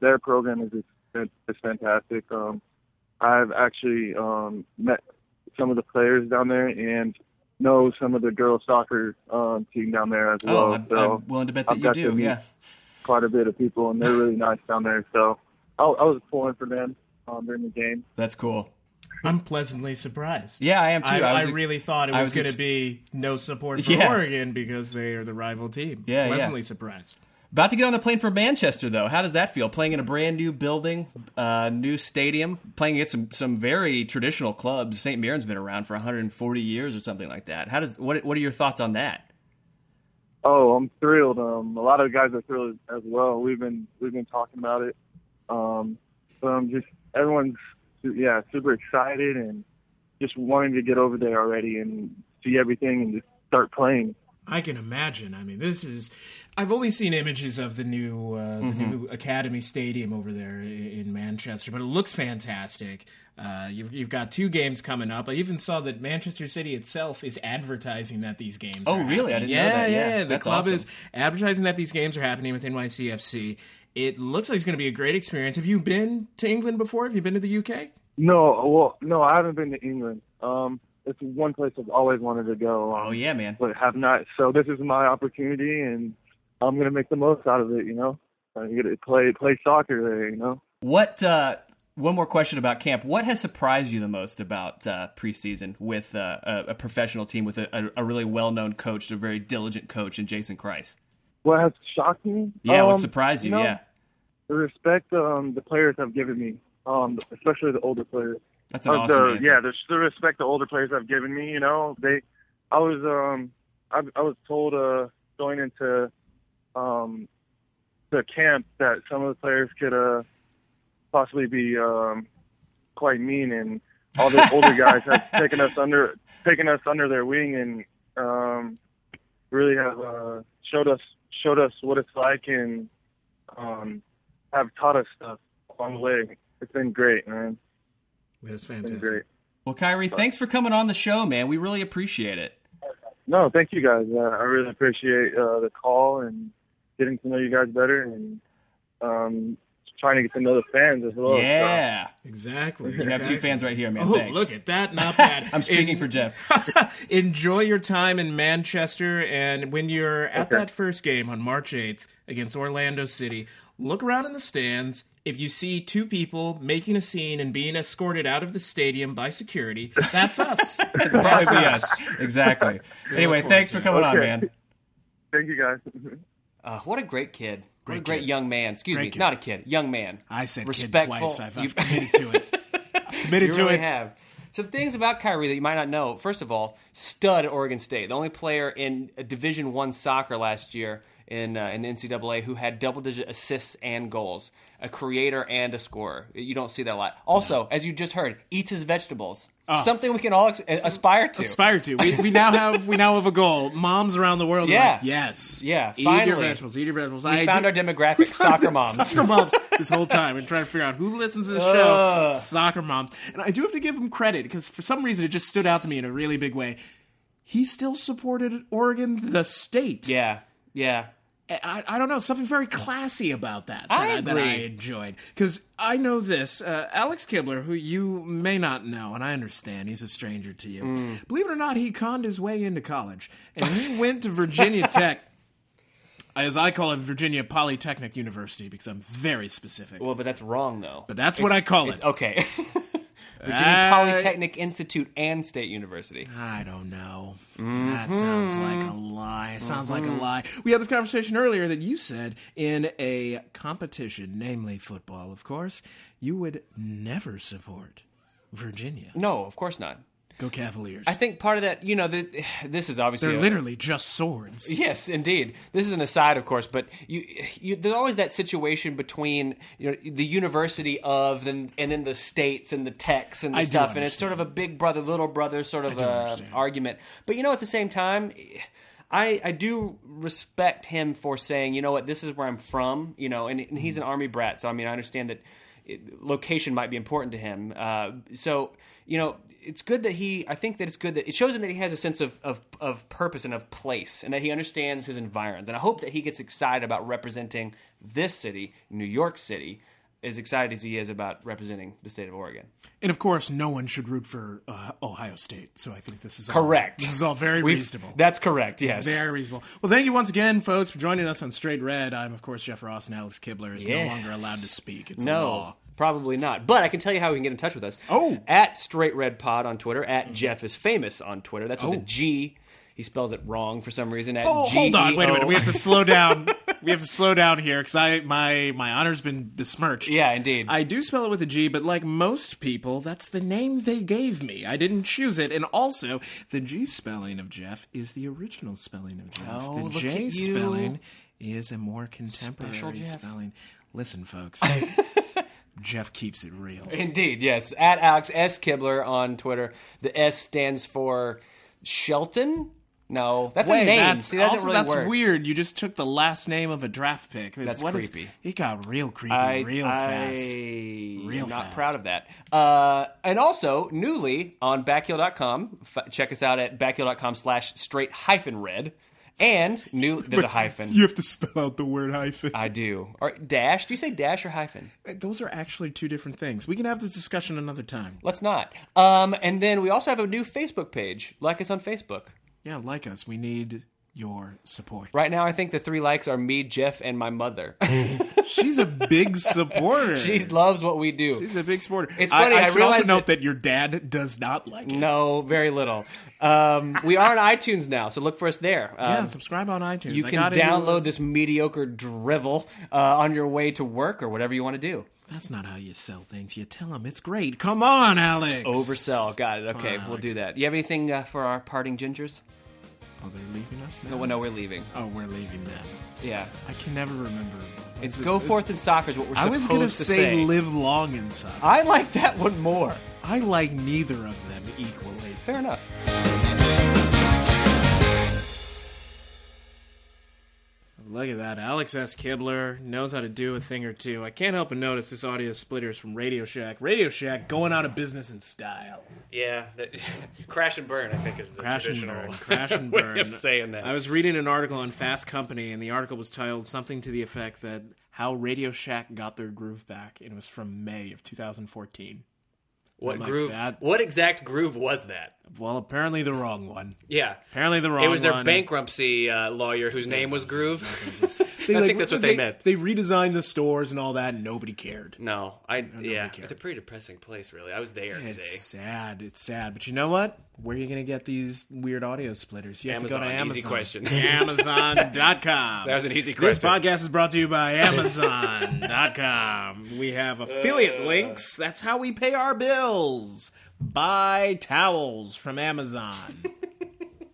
Speaker 3: their program is just, it's fantastic. Um, I've actually um, met some of the players down there and know some of the girls soccer um, team down there as well.
Speaker 2: oh, I'm,
Speaker 3: so
Speaker 2: I'm willing to bet
Speaker 3: I've
Speaker 2: that you
Speaker 3: got to
Speaker 2: do.
Speaker 3: meet
Speaker 2: Yeah.
Speaker 3: quite a bit of people, and they're really nice down there. So I, I was pulling for them um, during the game.
Speaker 2: That's cool.
Speaker 1: I'm pleasantly surprised.
Speaker 2: Yeah, I am too.
Speaker 1: I, I,
Speaker 2: was-
Speaker 1: really thought it
Speaker 2: I
Speaker 1: was,
Speaker 2: was
Speaker 1: going to
Speaker 2: ex-
Speaker 1: be no support for
Speaker 2: Yeah.
Speaker 1: Oregon because they are the rival team.
Speaker 2: Yeah, yeah.
Speaker 1: pleasantly surprised.
Speaker 2: About to get on the plane for Manchester, though. How does that feel? Playing in a brand new building, uh, new stadium, playing against some, some very traditional clubs. St. Mirren's been around for 140 years or something like that. How does what What are your thoughts on that?
Speaker 3: Oh, I'm thrilled. Um, a lot of guys are thrilled as well. We've been we've been talking about it. Um, but I'm just everyone's su- yeah super excited and just wanting to get over there already and see everything and just start playing.
Speaker 1: I can imagine. I mean, this is. I've only seen images of the new uh, the
Speaker 2: Mm-hmm.
Speaker 1: new Academy Stadium over there i- in Manchester, but it looks fantastic. Uh, you've you've got two games coming up. I even saw that Manchester City itself is advertising that these games.
Speaker 2: Oh,
Speaker 1: are
Speaker 2: really? I
Speaker 1: happening.
Speaker 2: didn't know that. Yeah,
Speaker 1: the
Speaker 2: that's
Speaker 1: club
Speaker 2: awesome.
Speaker 1: is advertising that these games are happening with NYCFC. It looks like it's going to be a great experience. Have you been to England before? Have you been to the UK?
Speaker 3: No, well, no, I haven't been to England. Um, it's one place I've always wanted to go. Um,
Speaker 2: Oh yeah, man.
Speaker 3: but have not. So this is my opportunity, and I'm gonna make the most out of it. You know, I'm gonna play play soccer there. You know.
Speaker 2: What? Uh, one more question about camp. What has surprised you the most about uh, preseason with uh, a, a professional team with a, a, a really well known coach, a very diligent coach, and Jason Christ?
Speaker 3: What has shocked me?
Speaker 2: Yeah,
Speaker 3: Um,
Speaker 2: what surprised you?
Speaker 3: know,
Speaker 2: yeah,
Speaker 3: the respect um, the players have given me, um, especially the older players.
Speaker 2: that's an
Speaker 3: Uh,
Speaker 2: awesome
Speaker 3: the-
Speaker 2: answer.
Speaker 3: yeah, the, the respect the older players have given me. You know, they, I was, um, I, I was told uh, going into um, the camp that some of the players could uh, possibly be um, quite mean, and all the older guys have taken us under, taken us under their wing, and um, really have uh, showed us showed us what it's like, and um, have taught us stuff along the way. It's been great, man.
Speaker 1: That's
Speaker 3: It's been
Speaker 1: fantastic.
Speaker 3: great.
Speaker 2: Well, Kyrie, thanks for coming on the show, man. We really appreciate it.
Speaker 3: No, thank you guys. Uh, I really appreciate uh, the call and getting to know you guys better and um, trying to get to know the fans as well.
Speaker 2: yeah,
Speaker 1: Exactly.
Speaker 2: you have two fans right here, man.
Speaker 1: Oh,
Speaker 2: thanks.
Speaker 1: look at that! Not bad.
Speaker 2: I'm speaking for Jeff.
Speaker 1: Enjoy your time in Manchester, and when you're at that first game on March 8th against Orlando City, look around in the stands. If you see two people making a scene and being escorted out of the stadium by security, that's us.
Speaker 2: Probably be us. Exactly. anyway,
Speaker 1: forward
Speaker 2: thanks
Speaker 1: to
Speaker 2: for
Speaker 1: it.
Speaker 2: coming on,
Speaker 3: Okay.
Speaker 2: man.
Speaker 3: So, thank you guys.
Speaker 6: Uh, what a great kid. what a
Speaker 1: Great
Speaker 6: great
Speaker 1: kid.
Speaker 6: young man. Excuse me,
Speaker 1: kid.
Speaker 6: not a kid, young man. You've-
Speaker 1: to it. I've committed
Speaker 6: you really have. Some things about Kyrie that you might not know. First of all, stud at Oregon State, the only player in Division One soccer last year in uh, in the NCAA who had double digit assists and goals, a creator and a scorer. You don't see that a lot. Also, as you just heard, eats his vegetables.
Speaker 2: something we can all ex- aspire
Speaker 1: Ah.
Speaker 2: to.
Speaker 1: Aspire to. We, we now have we now have a goal. Moms around the world. are
Speaker 2: Yeah.
Speaker 1: Like, yes.
Speaker 2: Yeah,
Speaker 1: Eat your
Speaker 2: finally.
Speaker 1: vegetables. Eat your vegetables.
Speaker 2: we
Speaker 1: I
Speaker 2: found
Speaker 1: do-
Speaker 2: our demographic, soccer moms.
Speaker 1: Soccer moms this whole time and trying to figure out who listens to this show. Soccer moms. And I do have to give him credit because for some reason it just stood out to me in a really big way. He still supported Oregon, the state.
Speaker 2: Yeah, yeah.
Speaker 1: I, I don't know something very classy about that. that
Speaker 2: I
Speaker 1: That I
Speaker 2: agree.
Speaker 1: enjoyed because I know this uh, Alex Kibler, who you may not know, and I understand he's a stranger to you.
Speaker 2: Mm.
Speaker 1: Believe it or not, he conned his way into college, and he went to Virginia Tech, as I call it, Virginia Polytechnic University, because I'm very specific.
Speaker 2: Well, but that's wrong though.
Speaker 1: but that's what I call it. Uh,
Speaker 2: okay. Virginia
Speaker 1: I-
Speaker 2: Polytechnic Institute and State University.
Speaker 1: I don't know. That sounds like a lie. Sounds like a lie. We had this conversation earlier that you said in a competition, namely football, of course, you would never support Virginia.
Speaker 2: No, of course not.
Speaker 1: Go Cavaliers.
Speaker 2: I think part of that, you know, the, this is obviously
Speaker 1: They're
Speaker 2: a-
Speaker 1: literally just swords.
Speaker 2: Yes, indeed. This is an aside, of course, but you, you there's always that situation between you know, the university of and, and then the states and the techs and the
Speaker 1: I do
Speaker 2: stuff, and it's sort of a big brother, little brother sort of
Speaker 1: do
Speaker 2: uh,
Speaker 1: understand.
Speaker 2: argument. But you know, at the same time, I I do respect him for saying, you know what, this is where I'm from, you know, and, and
Speaker 1: Mm-hmm.
Speaker 2: he's an army brat, so I mean, I understand that it, location might be important to him. Uh, so you know, it's good that he. I think that it's good that it shows him that he has a sense of, of of purpose and of place, and that he understands his environs. And I hope that he gets excited about representing this city, New York City, as excited as he is about representing the state of Oregon.
Speaker 1: And of course, no one should root for uh, Ohio State. So I think this is all-
Speaker 2: Correct.
Speaker 1: this is all very
Speaker 2: We've-
Speaker 1: reasonable.
Speaker 2: That's correct. Yes.
Speaker 1: Very reasonable. Well, thank you once again, folks, for joining us on Straight Red. I'm, of course, Jeff Ross, and Alex Kibler is
Speaker 2: Yes.
Speaker 1: no longer allowed to speak. It's a
Speaker 2: No,
Speaker 1: law.
Speaker 2: probably not. But I can tell you how we can get in touch with us.
Speaker 1: Oh. Mm-hmm.
Speaker 2: at Straight Red Pod on Twitter. At Jeff is famous on Twitter. That's with
Speaker 1: Oh.
Speaker 2: a G. He spells it wrong for some reason. At
Speaker 1: Oh, hold on, wait a minute.
Speaker 2: G E O.
Speaker 1: We have to slow down. we have to slow down here because I my my honor's been besmirched.
Speaker 2: E yeah, indeed.
Speaker 1: I do spell it with a G, but like most people, that's the name they gave me. I didn't choose it, and also the G spelling of Jeff is the original spelling of Jeff.
Speaker 2: Oh,
Speaker 1: the
Speaker 2: look
Speaker 1: J
Speaker 2: at you.
Speaker 1: spelling is a more contemporary
Speaker 2: Jeff.
Speaker 1: spelling. Listen, folks, Jeff keeps it real.
Speaker 2: Indeed, yes. At Alex S. Kibler on Twitter. The S stands for Shelton. No, that's
Speaker 1: Wait,
Speaker 2: a name.
Speaker 1: That's,
Speaker 2: See, that
Speaker 1: also,
Speaker 2: doesn't really
Speaker 1: that's
Speaker 2: work.
Speaker 1: weird. You just took the last name of a draft pick. That's
Speaker 2: creepy.
Speaker 1: it got real creepy,
Speaker 2: I,
Speaker 1: real fast.
Speaker 2: Real
Speaker 1: Real
Speaker 2: am not
Speaker 1: fast.
Speaker 2: proud of that. Uh, and also, newly on backheel.com. F- check us out at backheel.com slash straight hyphen red. And new, there's a hyphen.
Speaker 1: have to spell out the word hyphen.
Speaker 2: I do. Or dash. Do you say dash or hyphen?
Speaker 1: Uh, Those are actually two different things. We can have this discussion another time.
Speaker 2: Let's not. Um, and then we also have a new Facebook page. Like us on Facebook.
Speaker 1: Yeah, like us, we need your support.
Speaker 2: Right now, I think the three likes are me, Jeff, and my mother.
Speaker 1: She's a big supporter.
Speaker 2: she loves what we do.
Speaker 1: She's a big supporter.
Speaker 2: It's funny,
Speaker 1: I,
Speaker 2: I
Speaker 1: should
Speaker 2: realized
Speaker 1: also note that your dad does not like it.
Speaker 2: no, very little. Um, we are on iTunes now, so look for us there. Um,
Speaker 1: Yeah, subscribe on iTunes.
Speaker 2: You
Speaker 1: I
Speaker 2: can
Speaker 1: got into-
Speaker 2: download this mediocre drivel uh, on your way to work or whatever you want to do.
Speaker 1: That's not how you sell things. You tell them it's great. Come on, Alex.
Speaker 2: Oversell. Got it.
Speaker 7: Ah,
Speaker 2: Okay,
Speaker 1: Fine,
Speaker 2: we'll
Speaker 1: Alex.
Speaker 2: do that. You have anything uh, for our parting gingers?
Speaker 1: Oh, they're leaving us now.
Speaker 2: No, well, no, we're leaving.
Speaker 1: Oh, we're leaving them.
Speaker 2: Yeah.
Speaker 1: I can never remember.
Speaker 2: It's go forth and soccer is what we're
Speaker 1: I was
Speaker 2: supposed
Speaker 1: gonna
Speaker 2: to
Speaker 1: say,
Speaker 2: say.
Speaker 1: live long inside.
Speaker 2: I like that one more.
Speaker 1: I like neither of them equally.
Speaker 2: Fair enough.
Speaker 1: Look at that. Alex S. Kibler knows how to do a thing or two. I can't help but notice this audio splitter is from Radio Shack. Radio Shack going out of business in style.
Speaker 7: Yeah, that, crash and burn. I think is the
Speaker 1: Crash and
Speaker 7: traditional
Speaker 1: burn. Crash and
Speaker 7: way
Speaker 1: burn.
Speaker 7: of saying that.
Speaker 1: I was reading an article on Fast Company, and the article was titled something to the effect that how Radio Shack got their groove back, and it was from May of 2014.
Speaker 7: what
Speaker 1: I'm like
Speaker 7: groove?
Speaker 1: that.
Speaker 7: What exact groove was that?
Speaker 1: Well, apparently the wrong one.
Speaker 7: Yeah,
Speaker 1: Apparently the wrong
Speaker 7: it was their
Speaker 1: one.
Speaker 7: bankruptcy uh, lawyer whose name was Groove.
Speaker 1: They,
Speaker 7: I think that's what they meant.
Speaker 1: They redesigned the stores and all that, and nobody cared.
Speaker 7: no, I yeah,
Speaker 1: cared.
Speaker 7: it's a pretty depressing place. Really, I was there today.
Speaker 1: It's sad. It's sad. But you know what? Where are you going to get these weird audio splitters? You have to go to
Speaker 7: Amazon.
Speaker 1: Amazon.
Speaker 7: Easy question.
Speaker 1: Amazon.com.
Speaker 7: That was an easy
Speaker 1: This
Speaker 7: question.
Speaker 1: podcast is brought to you by Amazon.com. We have affiliate links. That's how we pay our bills. Buy towels from Amazon.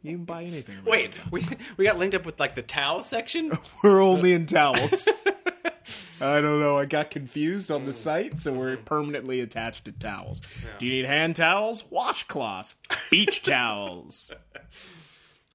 Speaker 1: you can buy anything. from
Speaker 7: Wait,
Speaker 1: Amazon.
Speaker 7: we we got linked up with like the towel section.
Speaker 1: We're only in towels. I don't know. I got confused on the site, so we're permanently attached to towels. Do you need hand towels? Washcloths. Beach towels.